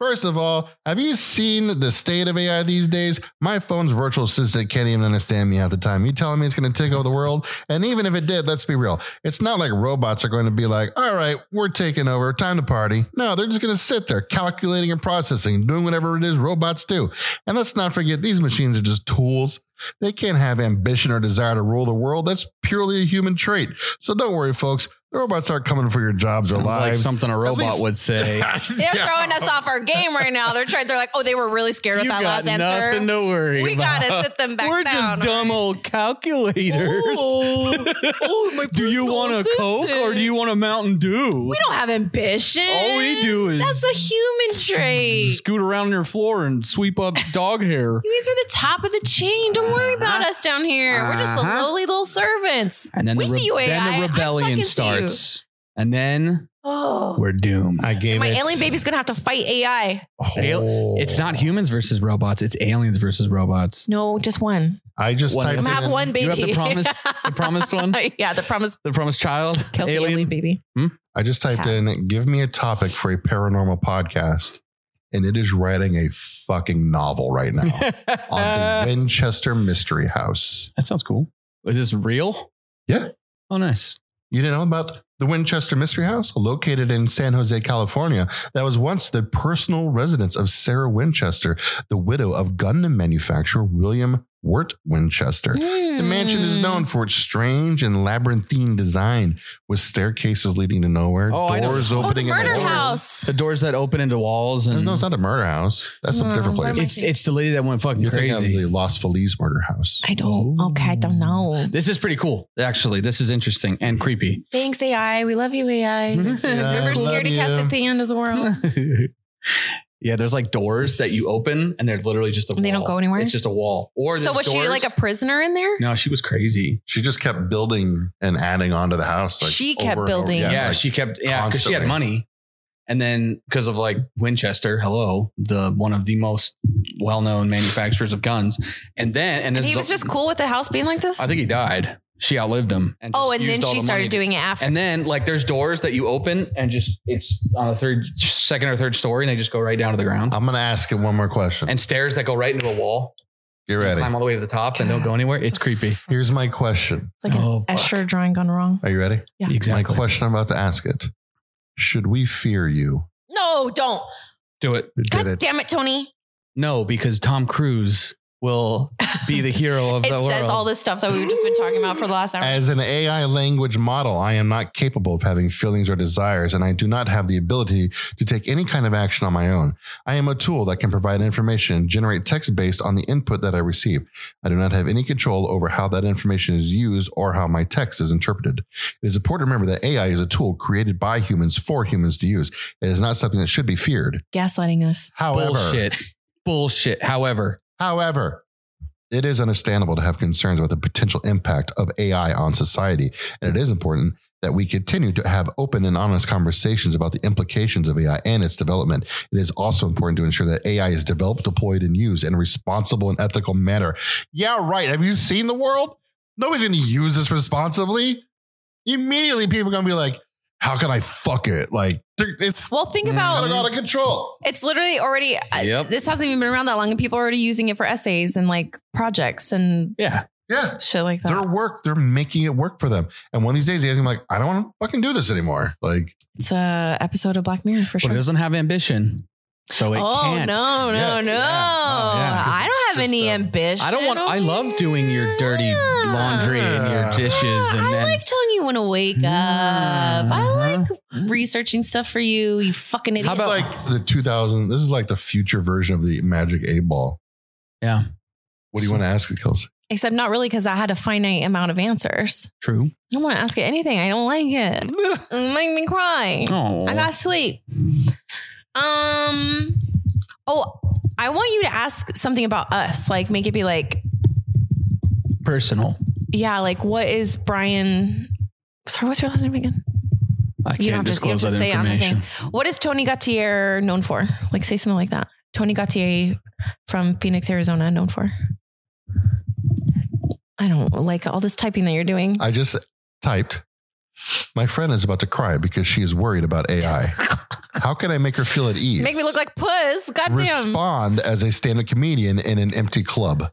First of all, have you seen the state of AI these days? My phone's virtual assistant can't even understand me half the time. You telling me it's gonna take over the world? And even if it did, let's be real. It's not like robots are going to be like, all right, we're taking over, time to party. No, they're just gonna sit there calculating and processing, doing whatever it is robots do. And let's not forget these machines are just tools. They can't have ambition or desire to rule the world. That's purely a human trait. So don't worry, folks. The robots aren't coming for your jobs or
Sounds like
lives.
something a robot
least-
would say.
They're throwing us off our game right now. They're trying. They're like, oh, they were really scared with
You
that
got
last answer.
nothing to worry
we
about.
gotta sit them back
We're
down. Oh.
just dumb old calculators. do you want a
personal
Coke or do
assistant.
you want a Mountain Dew?
we don't have ambition.
All we do is
That's a human trait.
scoot around your floor and sweep up dog hair.
These are the top of the chain. Don't worry about us down here. We're just the
Uh-huh.
lowly little servants.
And then
We
the,
see you,
then
AI. I
the rebellion
fucking see you.
starts. And then
Oh,
we're doomed.
I gave
my
it-
alien baby's gonna have to fight AI.
Al- It's not humans versus robots, it's aliens versus robots.
No, just one.
I just
One
typed
of
it
I'm gonna have
in.
one baby.
You have the promised, the promised one,
yeah, the promised
the promised child,
Kelsey alien,
alien.
baby.
I just typed
Yeah.
in, give me a topic for a paranormal podcast. And it is writing a fucking novel right now on the
that
Winchester Mystery House.
sounds cool. Is this real?
Yeah.
Oh, nice.
You didn't know about the Winchester Mystery House, located in San Jose, California, that was once the personal residence of Sarah Winchester, the widow of gun manufacturer William Wirt Winchester. The mansion is known for its strange and labyrinthine design, with staircases leading to nowhere,
Oh, I know.
doors
Oh, the
opening
Oh, the
into
murder
doors.
house.
The doors that open into walls and
There's no, it's not a murder house. That's
No,
a different
where am I
place.
it's it's the lady that went fucking
You're
crazy.
thinking of the Los Feliz murder house.
I don't. Okay, I don't know.
This is pretty cool, actually. This is interesting and creepy.
Thanks, AI. We love you,
AI. I
AI. Remember
love
scaredy cast
you.
at the end of the world.
yeah, there's like doors that you open and they're literally just a wall.
They don't go anywhere?
It's just a wall. Or
So
there's
was she
doors-
like a prisoner in there?
No, she was crazy.
She just kept building and adding onto the house. like,
She kept
over and over.
building.
Yeah,
Yeah,
like,
she kept yeah, because she had
constantly.
money. And then because of like Winchester, hello, the one of the most well known manufacturers of guns. And then and,
And
this
he
is-
was just cool with the house being like this.
I think he died. She outlived him.
oh,
just
and then
used all the
she
money
started
to-
doing it after.
And then like there's doors that you open and just it's on the third second or third story and they just go right down to the ground.
I'm gonna ask you one more question.
and stairs that go right into a wall.
Get ready.
Climb all the way to the top and don't go anywhere. It's creepy.
Here's my question.
It's like an
Oh, fuck.
Escher drawing gone wrong.
Are you ready?
Yeah.
My question I'm about to ask it. Should we fear you?
No, don't.
Do it.
It
God
did it.
damn it, Tony.
No, because Tom Cruise will be the hero of
It
the world.
says all this stuff that we've just been talking about for the last hour.
As an AI language model, I am not capable of having feelings or desires, and I do not have the ability to take any kind of action on my own. I am a tool that can provide information and generate text based on the input that I receive. I do not have any control over how that information is used or how my text is interpreted. It is important to remember that AI is a tool created by humans for humans to use. It is not something that should be feared.
Gaslighting us.
However,
bullshit. Bullshit. However,
However, it is understandable to have concerns about the potential impact of AI on society, and it is important that we continue to have open and honest conversations about the implications of AI and its development. It is also important to ensure that AI is developed, deployed, and used in a responsible and ethical manner. Yeah, right. Have you seen the world? Nobody's going to use this responsibly. Immediately, people are going to be like, how can I fuck it? Like, they're- it's
Well, think about
out of control.
It's literally already. uh,
Mm. Yep.
this hasn't even been around that long, and people are already using it for essays and like projects and
yeah.
Yeah.
shit like that.
their work, they're making it work for them. And one of these days, they're gonna be like, I don't want to fucking do this anymore. Like,
it's a episode of Black Mirror for
But it
sure.
doesn't have ambition. So it
oh
can't.
no, no,
Yeah, yeah.
no!
Oh, yeah, 'cause
I
it's
don't have
just,
any
um,
ambition.
I don't want. I
over
love doing your dirty
here.
laundry and your
Yeah.
dishes,
Yeah,
and
I
then Hmm,
like telling you when to wake up. I
Uh-huh.
like researching stuff for you. You fucking idiot.
How
How
about-
about like the 2000? This is like the future version of the Magic Eight Ball.
yeah,
What do you want to ask it, Kelsey?
Except not really because I had a finite amount of answers.
true.
I don't want to ask it anything. I don't like it. It make me cry.
Oh,
I got sleep. Um. Oh, I want you to ask something about us. Like, make it be like,
personal.
yeah, like what is Brian? Sorry, what's your last name again?
I
You don't have
can't
to-
disclose
you have
that
to say on the
information.
What is Tony Gautier known for? Like, say something like that. Tony Gautier from Phoenix, Arizona, known for. I don't like all this typing that you're doing.
I just typed. My friend is about to cry because she is worried about AI. How can I make her feel at ease?
Make me look like puss. Goddamn.
Respond as a stand-up comedian in an empty club.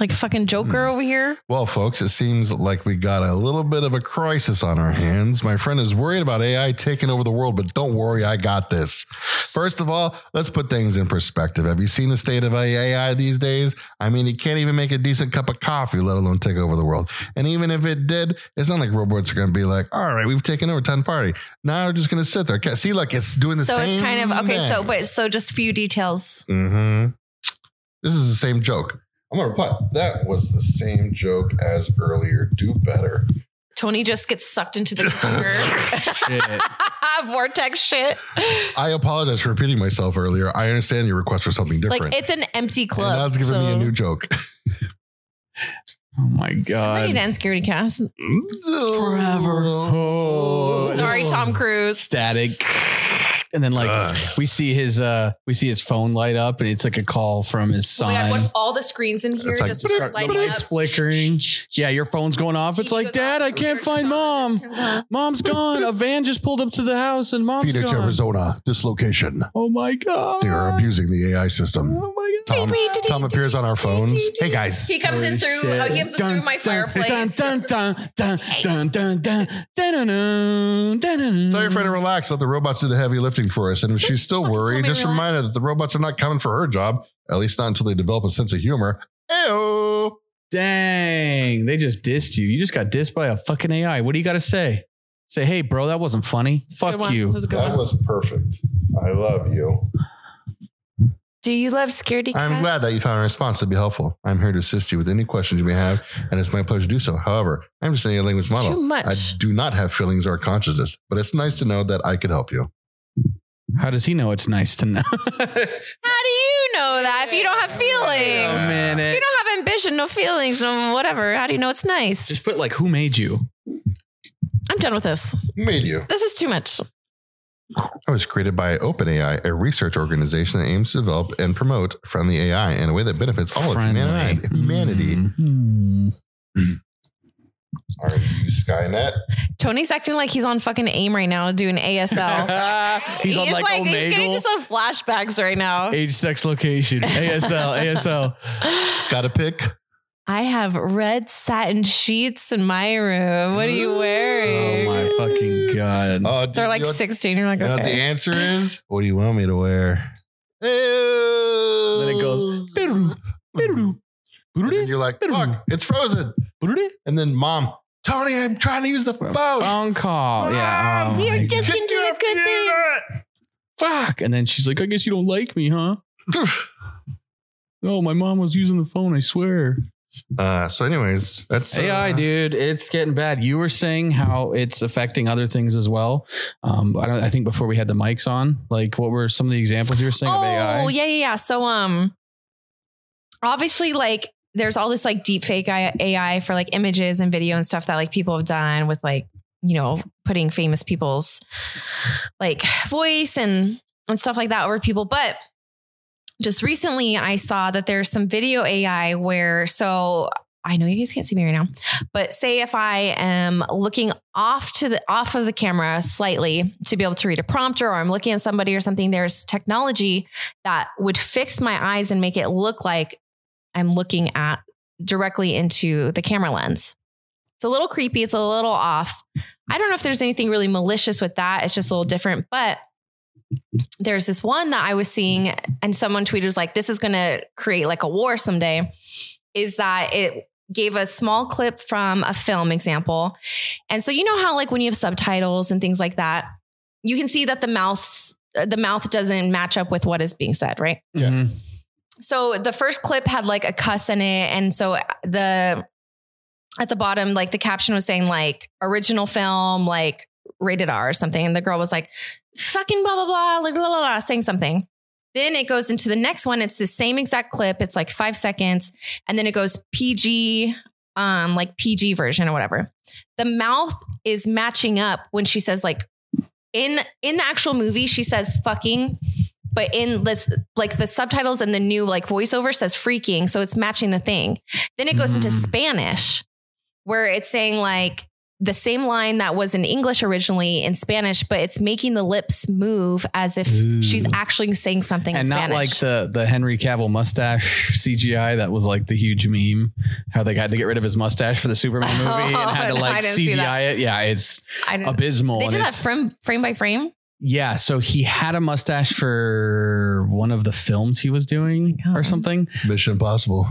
Like fucking Joker
Hmm.
over here.
Well, folks, it seems like we got a little bit of a crisis on our hands. My friend is worried about AI taking over the world, but don't worry, I got this. First of all, let's put things in perspective. Have you seen the state of AI these days? I mean, it can't even make a decent cup of coffee, let alone take over the world. And even if it did, it's not like robots are going to be like, all right, we've taken over Ton Party. Now we're just going to sit there. Ca- See, like it's doing the
so
same.
it's kind of okay. So,
thing.
but so just few details.
hmm This is the same joke. I'm gonna reply. That was the same joke as earlier. Do better.
Tony just gets sucked into the
Shit.
computer vortex shit.
I apologize for repeating myself earlier. I understand your request for something different.
Like it's an empty
and
club.
now it's giving me a new joke.
Oh my
I need to
god.
end security cast.
Oh.
Sorry, Tom Cruise.
Static. And then like
Ugh.
we see his uh we see his phone light up and it's like a call from his
Oh
son.
my God, what all the screens in here
It's like-
just start lighting up.
It's flickering. Yeah, your phone's going off. It's
TV
like,
goes
Dad,
off,
I can't
computer
find
comes on,
mom.
this comes on.
Mom's gone. A van just pulled up to the house and mom's
Phoenix,
gone.
Arizona. This location.
Oh my god.
They are abusing the AI system.
Oh my god.
Tom, Tom appears on our phones. Hey guys.
He comes in through. Uh, he comes in through my fireplace.
Dun, dun, dun, dun, dun, dun, dun, dun, dun,
Tell your friend to relax. Let the robots do the heavy lifting for us. And if she's still
Mm. Fucking tell
worried,
me
just
relax.
remind her that the robots are not coming for her job, at least not until they develop a sense of humor. Ew.
Dang, they just dissed you. You just got dissed by a fucking AI. What do you got to say? Say, hey, bro, that wasn't funny.
It's a good
Fuck
one.
you.
This is a good one.
was perfect. I love you.
Do you love security?
I'm
cast?
glad that you found a response to be helpful. I'm here to assist you with any questions you may have, and it's my pleasure to do so. However, I'm just an alien language
Too
model. I
much.
do not have feelings or consciousness, but it's nice to know that I could help you.
How does he know it's nice to know?
How do you know that if you don't have feelings? If you
minute.
don't have ambition, no feelings, no whatever. How do you know it's nice?
Just put like, who made you?
I'm done with this.
Made you.
This is too much.
I was created by OpenAI, a research organization that aims to develop and promote friendly AI in a way that benefits all
Friendly.
of Oh, humanity. humanity.
Mhm.
Are you Skynet?
Tony's acting like he's on fucking AIM right now doing ASL.
he's on like,
he's getting
Omegle.
just on flashbacks right now.
Age, sex, location, ASL, ASL.
Got a pick?
I have red satin sheets in my room. What are you
Oh
wearing?
my fucking god.
Oh,
They're like 16. You're like,
You know what the
okay.
answer is? What do you want me to wear? Then
it
it
goes, "Biddle-doo, Boodoo-doo.
And then
Boodoo-doo,
you're like, fuck, it's frozen.
boodoo-doo.
And then mom, Tony, I'm trying to use the phone.
Phone call. Yeah.
Mom,
Oh, my
You're
God.
just into the good thing.
fuck. And then she's like, I guess you don't like me, huh? No, my mom was using the phone, I swear.
Uh, so, anyways, that's
AI,
uh,
dude, it's getting bad. You were saying how it's affecting other things as well. Um, I don't I think before we had the mics on, like what were some of the examples you were saying of AI?
Oh, yeah, yeah, yeah. So um obviously like there's all this like deep fake AI AI for like images and video and stuff that like people have done with like, you know, putting famous people's like voice and and stuff like that over people. But just recently I saw that there's some video AI where so I know you guys can't see me right now, but say if I am looking off to the off of the camera slightly to be able to read a prompter or I'm looking at somebody or something, there's technology that would fix my eyes and make it look like I'm looking at directly into the camera lens. It's a little creepy, it's a little off. I don't know if there's anything really malicious with that. It's just a little different, but there's this one that I was seeing, and someone tweeted was like, "This is going to create like a war someday." Is that it? Gave a small clip from a film example, and so you know how like when you have subtitles and things like that, you can see that the mouths uh, the mouth doesn't match up with what is being said, right?
Yeah.
Mhm.
so the first clip had like a cuss in it and so uh, the at the bottom like the caption was saying like original film like rated r or something and the girl was like fucking blah blah blah like blah blah blah saying something then it goes into the next one it's the same exact clip it's like five seconds and then it goes pg um like pg version or whatever the mouth is matching up when she says like in in the actual movie she says fucking but in this like the subtitles and the new like voiceover says freaking so it's matching the thing then it goes into
Mm.
spanish where it's saying like the same line that was in english originally in spanish but it's making the lips move as if
Ooh.
she's actually saying something
And
in
not like
spanish
the the Henry Cavill mustache CGI that was like the huge meme, how they had to get rid of his mustache for the Superman movie and had to
Oh, no, I
like
didn't see
CGI it. Yeah, it's
I didn't-
abysmal.
they
and
did that
it's-
frame frame by frame
Yeah, so he had a mustache for one of the films he was doing
Oh my
or
God.
something.
Mission Impossible.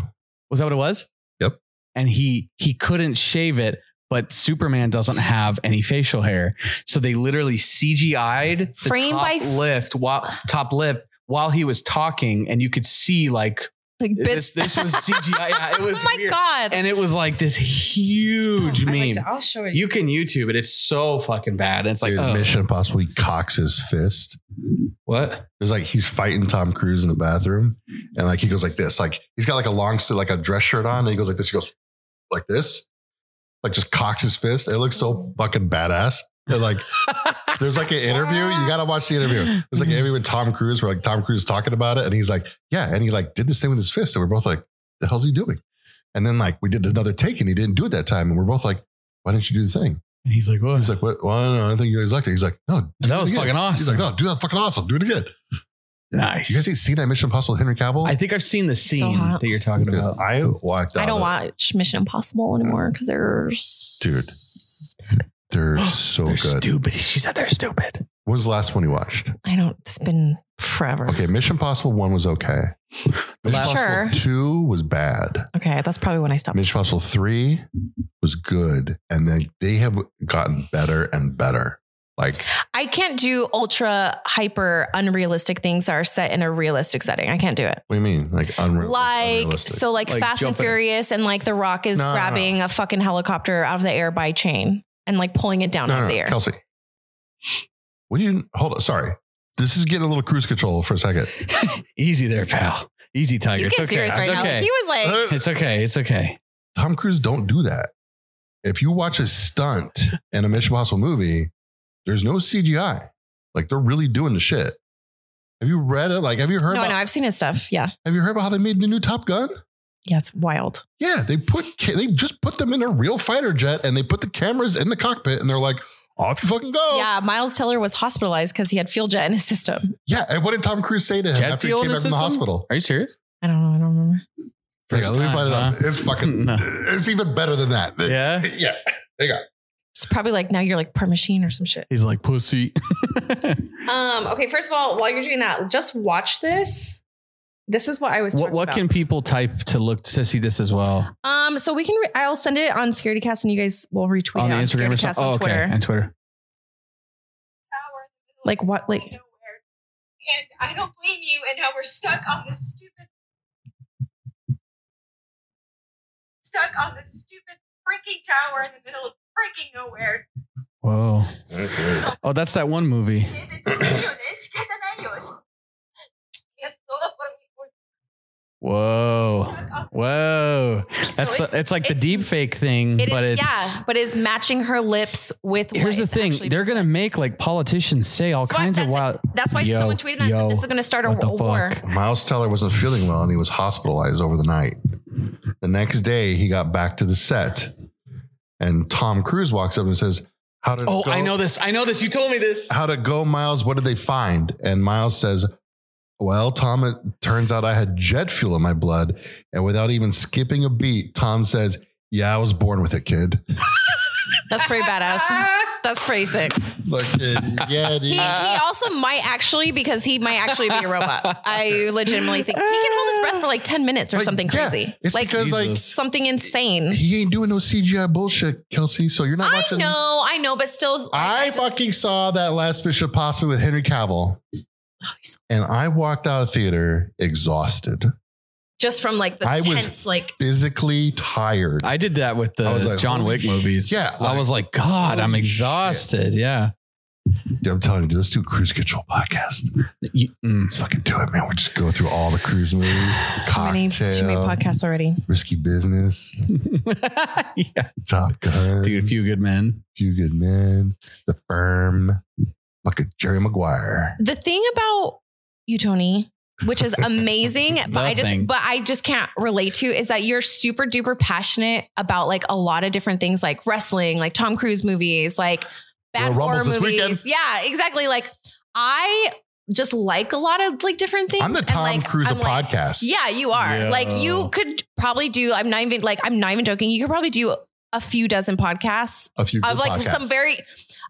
Was that what it was?
Yep.
And he he couldn't shave it, but Superman doesn't have any facial hair, so they literally CGI'd the
Frame
top
by f-
lift while top lip while he was talking, and you could see like
like
this,
bits
this was CGI. Yeah, it was
oh my
weird.
god
And it was like this huge
Oh, I'd like
meme.
to- I'll show you.
you can YouTube it. It's so fucking bad. It's like
Dude,
oh,
Mission Impossible. He cocks his fist.
what?
It's like he's fighting Tom Cruise in the bathroom, and like he goes like this. Like he's got like a long sleeve, like a dress shirt on, and he goes like this. He goes like this, like just cocks his fist. It looks so fucking badass. And like there's like an interview. You gotta watch the interview. There's like an interview with Tom Cruise where like Tom Cruise is talking about it, and he's like, yeah, and he like did this thing with his fist, and we're both like, the hell's he doing? And then like we did another take, and he didn't do it that time, and we're both like, why didn't you do the thing?
And he's like, what?
He's like, what? Well, I don't know. I think you guys liked it. He's like, no, do
that
it
was
again.
fucking
He's
awesome.
like, no, do that fucking awesome. Do it again.
nice.
You guys ain't seen that Mission Impossible with Henry Cavill?
I think I've seen the scene
hot.
that you're talking
Dude,
about.
I walked out.
i don't
of-
watch mission impossible anymore because there's
Dude. They're so
they're
good.
stupid. She said they're stupid.
What was the last one you watched?
i don't it's been forever
Okay, Mission Impossible 1 was okay. Mission
Last-
Sure.
Impossible 2 was bad.
Okay, that's probably when I stopped.
Mission Impossible 3 was good. And then they have gotten better and better. Like,
I can't do ultra hyper unrealistic things that are set in a realistic setting. I can't do it.
what do you mean? Like, unreal.
Like
unrealistic.
so, like,
Like
Fast and
jumping.
Furious, and like The Rock is
No, no, no.
grabbing a fucking helicopter out of the air by chain and like pulling it down
no,
out
no,
of the
no,
air.
Kelsey. What do you hold on? Sorry. This is getting a little cruise control for a second.
Easy there, pal. Easy, Tiger.
He's
It's
getting
okay.
serious right
it's
now.
okay.
Like, he was like,
it's okay. It's okay.
Tom Cruise don't do that. If you watch a stunt in a Mission Impossible movie, there's no CGI. Like they're really doing the shit. Have you read it? Like, have you heard
no,
about?
no, I've seen his stuff. Yeah,
Have you heard about how they made the new Top Gun?
yeah, it's wild.
Yeah, they put ca- they just put them in a real fighter jet and they put the cameras in the cockpit and they're like, off you fucking
Oh.
go.
Yeah, Miles Teller was hospitalized because he had fuel jet in his system.
Yeah, And what did Tom Cruise say to him
Jet
after he
fuel in
came back
his
from the
system?
hospital?
Are you serious?
I don't know. I don't remember.
Hang
First
on, let me
time,
find it out.
huh?
It's fucking.
No.
It's even better than that.
Yeah?
yeah. They got
It's probably like now you're like per machine or some shit.
He's like pussy.
Um. Okay. First of all, while you're doing that, just watch this. This is what I was.
what
talking
what
about.
can people type to look to see this as well
Um, so we can. Re- I'll send it on SecurityCast, and you guys will retweet
on
it
the
on
Instagram or
SecurityCast
something?
on
oh, okay,
Twitter.
and Twitter.
tower in the middle
Like
of
what- like-
nowhere. And I don't blame you. And now we're stuck on this stupid, stuck on this stupid freaking tower in the middle of freaking nowhere.
Whoa.
it.
Oh, that's that one movie.
Debes millones quedan años. Es todo por mi culpa.
Whoa.
Stuck on-
Whoa.
So
That's
it's,
it's, like
it's-
the deep fake thing,
it is-
but it's
yeah, but it's matching her lips with.
Here's the
what
thing. They're going to make like politicians say all
That's why-
kinds of
that's
wild.
That's why
Yo,
someone tweeted that
yo,
said, this is going to start a,
what the
a war.
fuck?
Miles Teller wasn't feeling well and he was hospitalized over the night. The next day, he got back to the set, and Tom Cruise walks up and says, "How did
Oh,
it go?
I know this. I know this. You told me this.
How to go, Miles? What did they find?" And Miles says, "Well, Tom, it turns out I had jet fuel in my blood, and without even skipping a beat, Tom says." Yeah, I was born with it, kid.
Ah!
That's pretty badass. That's pretty sick.
Fucking yeah, dude.
He, he also might actually, because he might actually be a robot. I legitimately think he can hold his breath for like 10 minutes or
Like,
something
yeah,
crazy.
it's
like
because like
Jesus.
something insane.
he ain't doing no CGI bullshit, Kelsey. So you're not
I
watching.
know, I know, but still. like,
I,
just- Oh,
fucking saw that last Mission Impossible with Henry Cavill,
he's-
and I walked out of theater exhausted,
Just from like the
I was-
tense, like.
physically tired.
I did that with the
I was like,
John
holy
Wick movies.
yeah,
I
like,
was like, God, I'm
holy
exhausted. Yeah.
I'm telling you, let's do a cruise control podcast.
You- mm.
Let's fucking do it, man. We'll just go through all the cruise movies,
Too many,
cocktail,
too many podcasts already.
risky business,
yeah.
Top Gun,
Dude, a few good men.
Few Good Men, The Firm, fucking Jerry Maguire.
The thing about you, Tony, which is amazing, but I just
Nothing.
but I just can't relate to is that you're super duper passionate about like a lot of different things like wrestling, like Tom Cruise movies, like bad
Royal
horror
Rumbles this
movies.
weekend.
Yeah, exactly. Like I just like a lot of like different things.
I'm the
and,
Tom
like,
Cruise
I'm
of
like,
podcasts.
yeah, you are.
Yeah.
Like you could probably do I'm not even like I'm not even joking. You could probably do a few dozen podcasts
a few good
of like
podcasts.
some very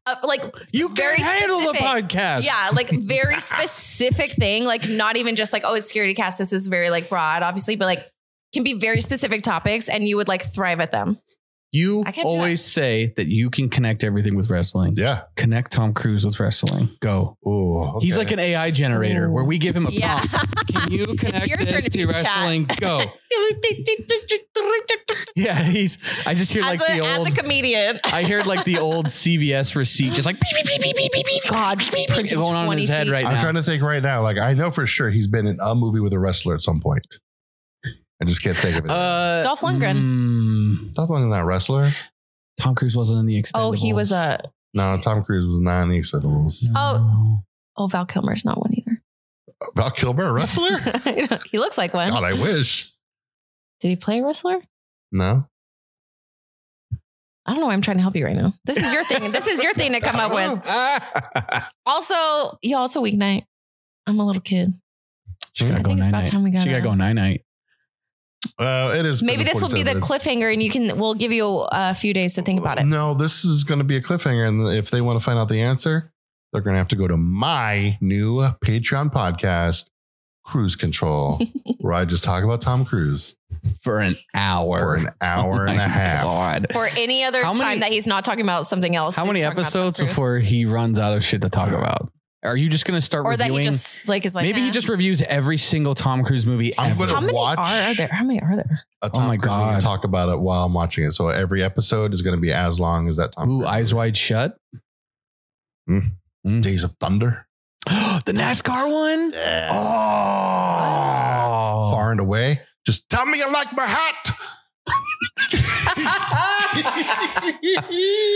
uh, like
You
can Very handle the specific.
podcast.
yeah, like very specific thing. Like not even just like, oh, it's security cast. This is very like broad, obviously, but like can be very specific topics and you would like thrive at them.
You
I can't do
always say that you can connect everything with wrestling.
yeah.
Connect Tom Cruise with wrestling. Go.
Oh,
He's like an AI generator where we give him a
Yeah.
prompt. Can you connect
your turn
this
to
to
be chat.
wrestling? Go. Yeah, he's. I just hear
as,
like
a,
the
as
old.
a comedian.
I heard like the old CVS receipt, just like beep, beep, beep, beep, beep, beep, beep,
God,
beep, going on in
20
his head
feet.
right
I'm
now.
trying to think right now. Like I know for sure he's been in a movie with a wrestler at some point. I just can't think of it.
uh,
Dolph Lundgren.
mm,
Top Lundgren's not a wrestler.
Tom Cruise wasn't in the Expendables.
Oh, he was a
No, Tom Cruise was not in the Expendables.
Oh,
oh Val Kilmer's not one
Val Kilmer, a wrestler?
either. he looks like one.
God, I wish.
Did he play a wrestler?
No,
I don't know why I'm trying to help you right now. This is your thing. this is your thing to come up with. Also, y'all, it's a weeknight. I'm a little kid.
she
I
gotta go
think it's
night
about time we
night.
got
She gotta
out.
go night night.
uh, it is.
Maybe this will be the cliffhanger, and you can. We'll give you a few days to think about it.
No, this is going to be a cliffhanger, and if they want to find out the answer, they're going to have to go to my new Patreon podcast, Cruise Control, where I just talk about Tom Cruise
for an hour.
for an hour and
My
a half.
God.
For any other
How many-
time that he's not talking about something else.
How
he's
many
talking about
episodes
Tom Cruise.
before he runs out of shit to talk about? Are you just gonna start
Or that
reviewing?
he just like is like.
Maybe
eh.
he just reviews every single Tom Cruise movie
I'm
ever.
gonna
How many
watch-
are there? How many are there?
a Tom
Oh my
Cruise movie and
God.
talk about it while I'm watching it. So every episode is going to be as long as that Tom.
Ooh,
Cruise
Eyes
movie.
Wide Shut.
Days of Thunder.
the NASCAR one.
Oh, far and away. Just tell me you like my hat.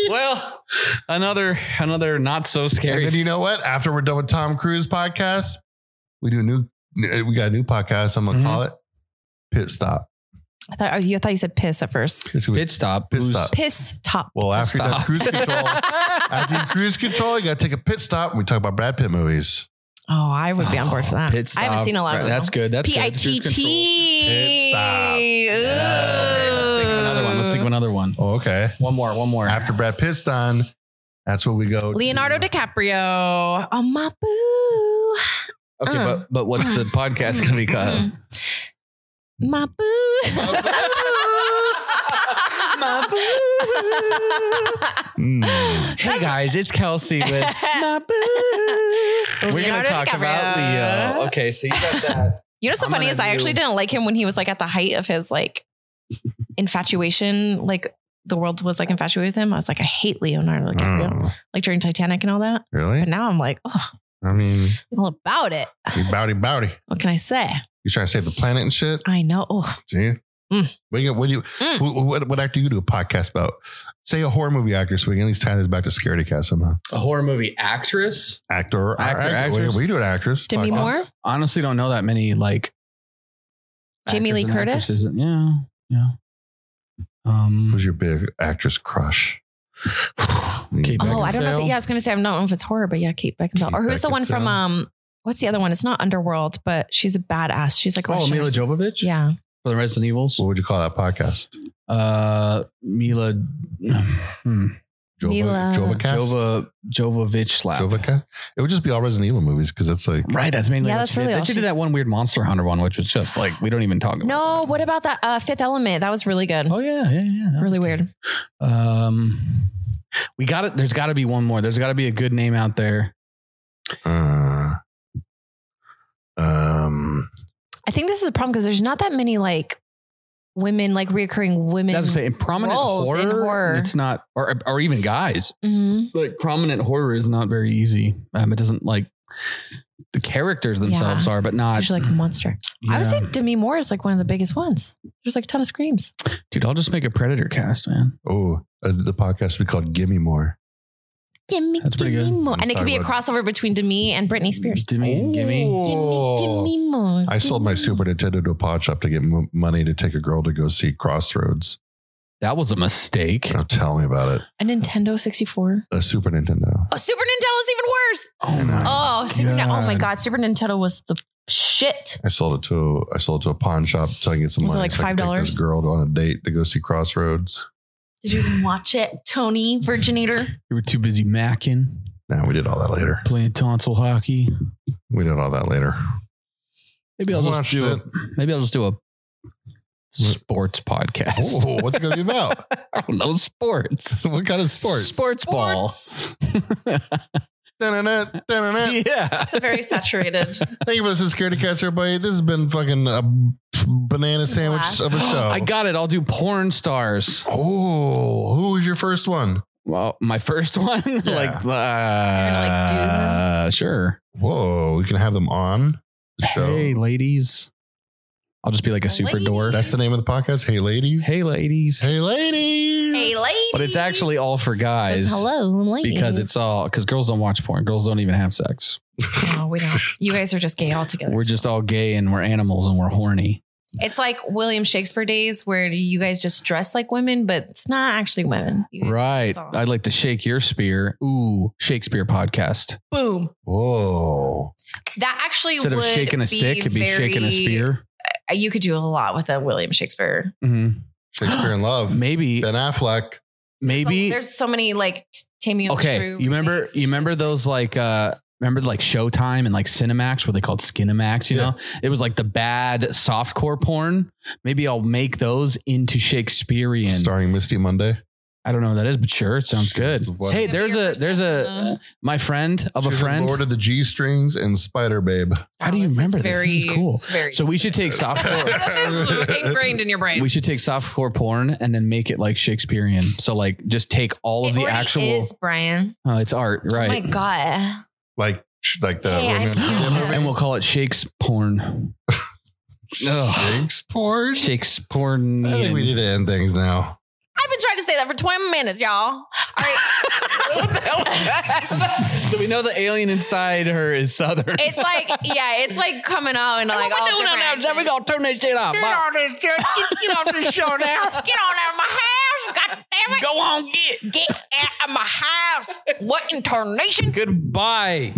well, another another not so scary.
And then you know what? After we're done with Tom Cruise podcast, we do a new. We got a new podcast. I'm gonna
Mhm.
call it Pit Stop.
I thought oh, you. I thought you said piss at first.
It's gonna be-
pit stop.
Pit
Who's-
stop.
Piss top.
Well, after you
Stop.
done cruise control, after you cruise control, you gotta take a pit stop. And we talk about Brad Pitt movies.
Oh, I would be on board for that.
Pit stop.
I haven't seen a lot of
Right,
them.
That's good. That's
P I
good. Cruise
T
control.
T.
Pit stop.
Okay, let's think of another one. Let's think of another one.
Oh, okay.
One more. One more.
After Brad Pitt's done, that's what we go. to-
Leonardo DiCaprio. Oh my boo.
Okay,
Uh. Mm.
but but what's the podcast gonna be called?
My boo.
My
Mm.
Hey guys, it's Kelsey with My Boo. We're gonna
Leonardo
talk about
DiCaprio.
Leo. Okay, so you got that.
You know what's so
I'm
funny
gonna
is I actually
do-
didn't like him when he was like at the height of his like infatuation. Like the world was like infatuated with him. I was like, I hate
Mm.
Leonardo DiCaprio.
Oh,
Like during Titanic and all that. But
really?
now I'm like, oh,
I mean,
I'm all about it.
you bowdy bowdy.
What can I say?
You trying to save the planet and shit?
I know. Oh,
See,
Mm.
what, do you, what do you,
Mm.
what, what, what actor you do a podcast about? Say a horror movie actor, so we can at least tie this back to Security Cast somehow.
A horror movie actress?
Actor, or
Actor,
We-
actress.
We do an actress.
Demi
Fuck.
Moore?
Honestly, don't know that many like.
Jamie
actors
Lee
and
Curtis?
actresses. Yeah, yeah. Um,
Who's your big actress crush?
Kate
Oh, I don't know. If
Beckinsale?
yeah, I was gonna say I don't know if it's horror, but yeah, Kate Beckinsale.
Kate
or who's the one from
Beckinsale.
um what's the other one? It's not Underworld, but she's a badass. She's like
oh,
Russian.
Mila Jovovich.
Yeah.
for the Resident Evils.
What would you call that podcast?
Uh, Mila. Hmm.
Jova,
Mila.
Jovacast.
Jova Jovovich slap.
Jovaca. It would just be all Resident Evil movies because it's like
Right, that's mainly
Yeah,
what
that's
she did.
really
Then
all
she did
she's-
that one weird Monster Hunter one, which was just like we don't even talk about.
No, what about that uh, Fifth Element? That was really good.
Oh yeah, yeah, yeah. that
really
was
weird.
good. Um, we got it. There's got to be one more. There's got to be a good name out there.
uh, um
I think this is a problem because there's not that many like women, like reoccurring women.
That's to say, prominent
roles
horror,
in horror.
It's not, or or even guys.
Mhm.
Like prominent horror is not very easy. Um, it doesn't like the characters themselves are, but
It's
not.
usually like a monster. I would
Yeah.
say Demi Moore is like one of the biggest ones. There's like a ton of screams.
dude, I'll just make a Predator cast, man.
oh uh, the podcast we called Gimme More.
Gimme,
That's pretty
gimme
good.
more.
I'm
And it could be a
sorry,
crossover between Demi and Britney Spears.
Gimme, gimme.
Gimme, gimme more.
I sold my
gimme.
Super Nintendo to a pawn shop to get m- money to take a girl to go see Crossroads.
That was a mistake.
Now tell me about it.
A Nintendo 64.
A Super Nintendo.
Oh, Super Nintendo is even worse.
Oh
Oh, Super Ni- oh my
God.
God. Super Nintendo was the shit.
I sold it to I sold it to a pawn shop so I can get some
Was it
money.
like
so I can take
$5?
This girl on a date to go see Crossroads.
Did you even watch it? Tony, Virginator.
You were too busy macking,
Now we did all that later.
playing tonsil hockey.
We did all that later.
Maybe I'll just
Watch
do
it.
a, maybe I'll just do a sports podcast.
Oh, what's it gonna be about?
I don't know sports.
what kind of sport?
Sports ball.
Da-na-na, da-na-na.
yeah.
It's a very saturated.
Thank you for listening, Security Cats, everybody. This has been fucking a banana sandwich
Blast.
of a show.
I got it. I'll do porn stars.
Oh, who was your first one?
Well, my first one,
Yeah.
like, uh,
do them?
sure.
Whoa, we can have them on the show.
Hey, ladies. I'll just be like a super dork.
That's the name of the podcast. Hey, ladies.
hey, ladies.
Hey, ladies.
Hey, ladies.
But it's actually all for guys
hello, ladies.
because it's all because girls don't watch porn. Girls don't even have sex.
No, Oh, we don't. You guys are just gay altogether.
We're just all gay and we're animals and we're horny.
It's like William Shakespeare days where you guys just dress like women, but it's not actually women. You guys
Right.
saw.
I'd like to shake your spear. Ooh, Shakespeare podcast.
Boom.
Whoa.
That actually
Instead
would
of shaking a
be
stick, it'd be shaking a
very-
spear.
You could do a lot with a William Shakespeare.
Mhm.
Shakespeare in Love.
Maybe,
Ben Affleck.
maybe.
So there's so many like t- Tammy.
okay,
Untrue
you remember?
remakes.
You remember those like? uh Remember like Showtime and like Cinemax, where they called Skinemax. You
Yeah.
know, it was like the bad softcore porn. Maybe I'll make those into Shakespearean.
Starring Misty Monday.
I don't know what that is, but sure, it sounds good.
She's the one-
Hey,
Gonna be
there's
your
a
first
there's a
Elsa.
my friend of
She
a
was in
friend.
Lord of the G Strings and Spider Babe.
How do you
Wow, Oh, is
remember this? This is cool.
Very
So we should take softcore.
this is ingrained in your brain.
We should take softcore porn and then make it like Shakespearean. So like just take all of
It
the
already
actual.
is Brian.
Oh, it's art,
Oh my
right?
god.
Like, like the
Hey, I
Romeo and
can't.
Juliet movie.
and we'll call it Shakes porn. Ugh.
Shakespeare.
Shakes porn.
I think we need to end things now.
I've been trying to say that for 20 minutes, y'all. All right.
so we know the alien inside her is southern.
It's like, yeah, it's like coming out and like all different
Then we
actions.
gonna turn that shit off. Bye.
this show. Get, off this show now.
Get on out of my house. God damn it.
Go on, get
Get out of my house. What in tarnation?
goodbye.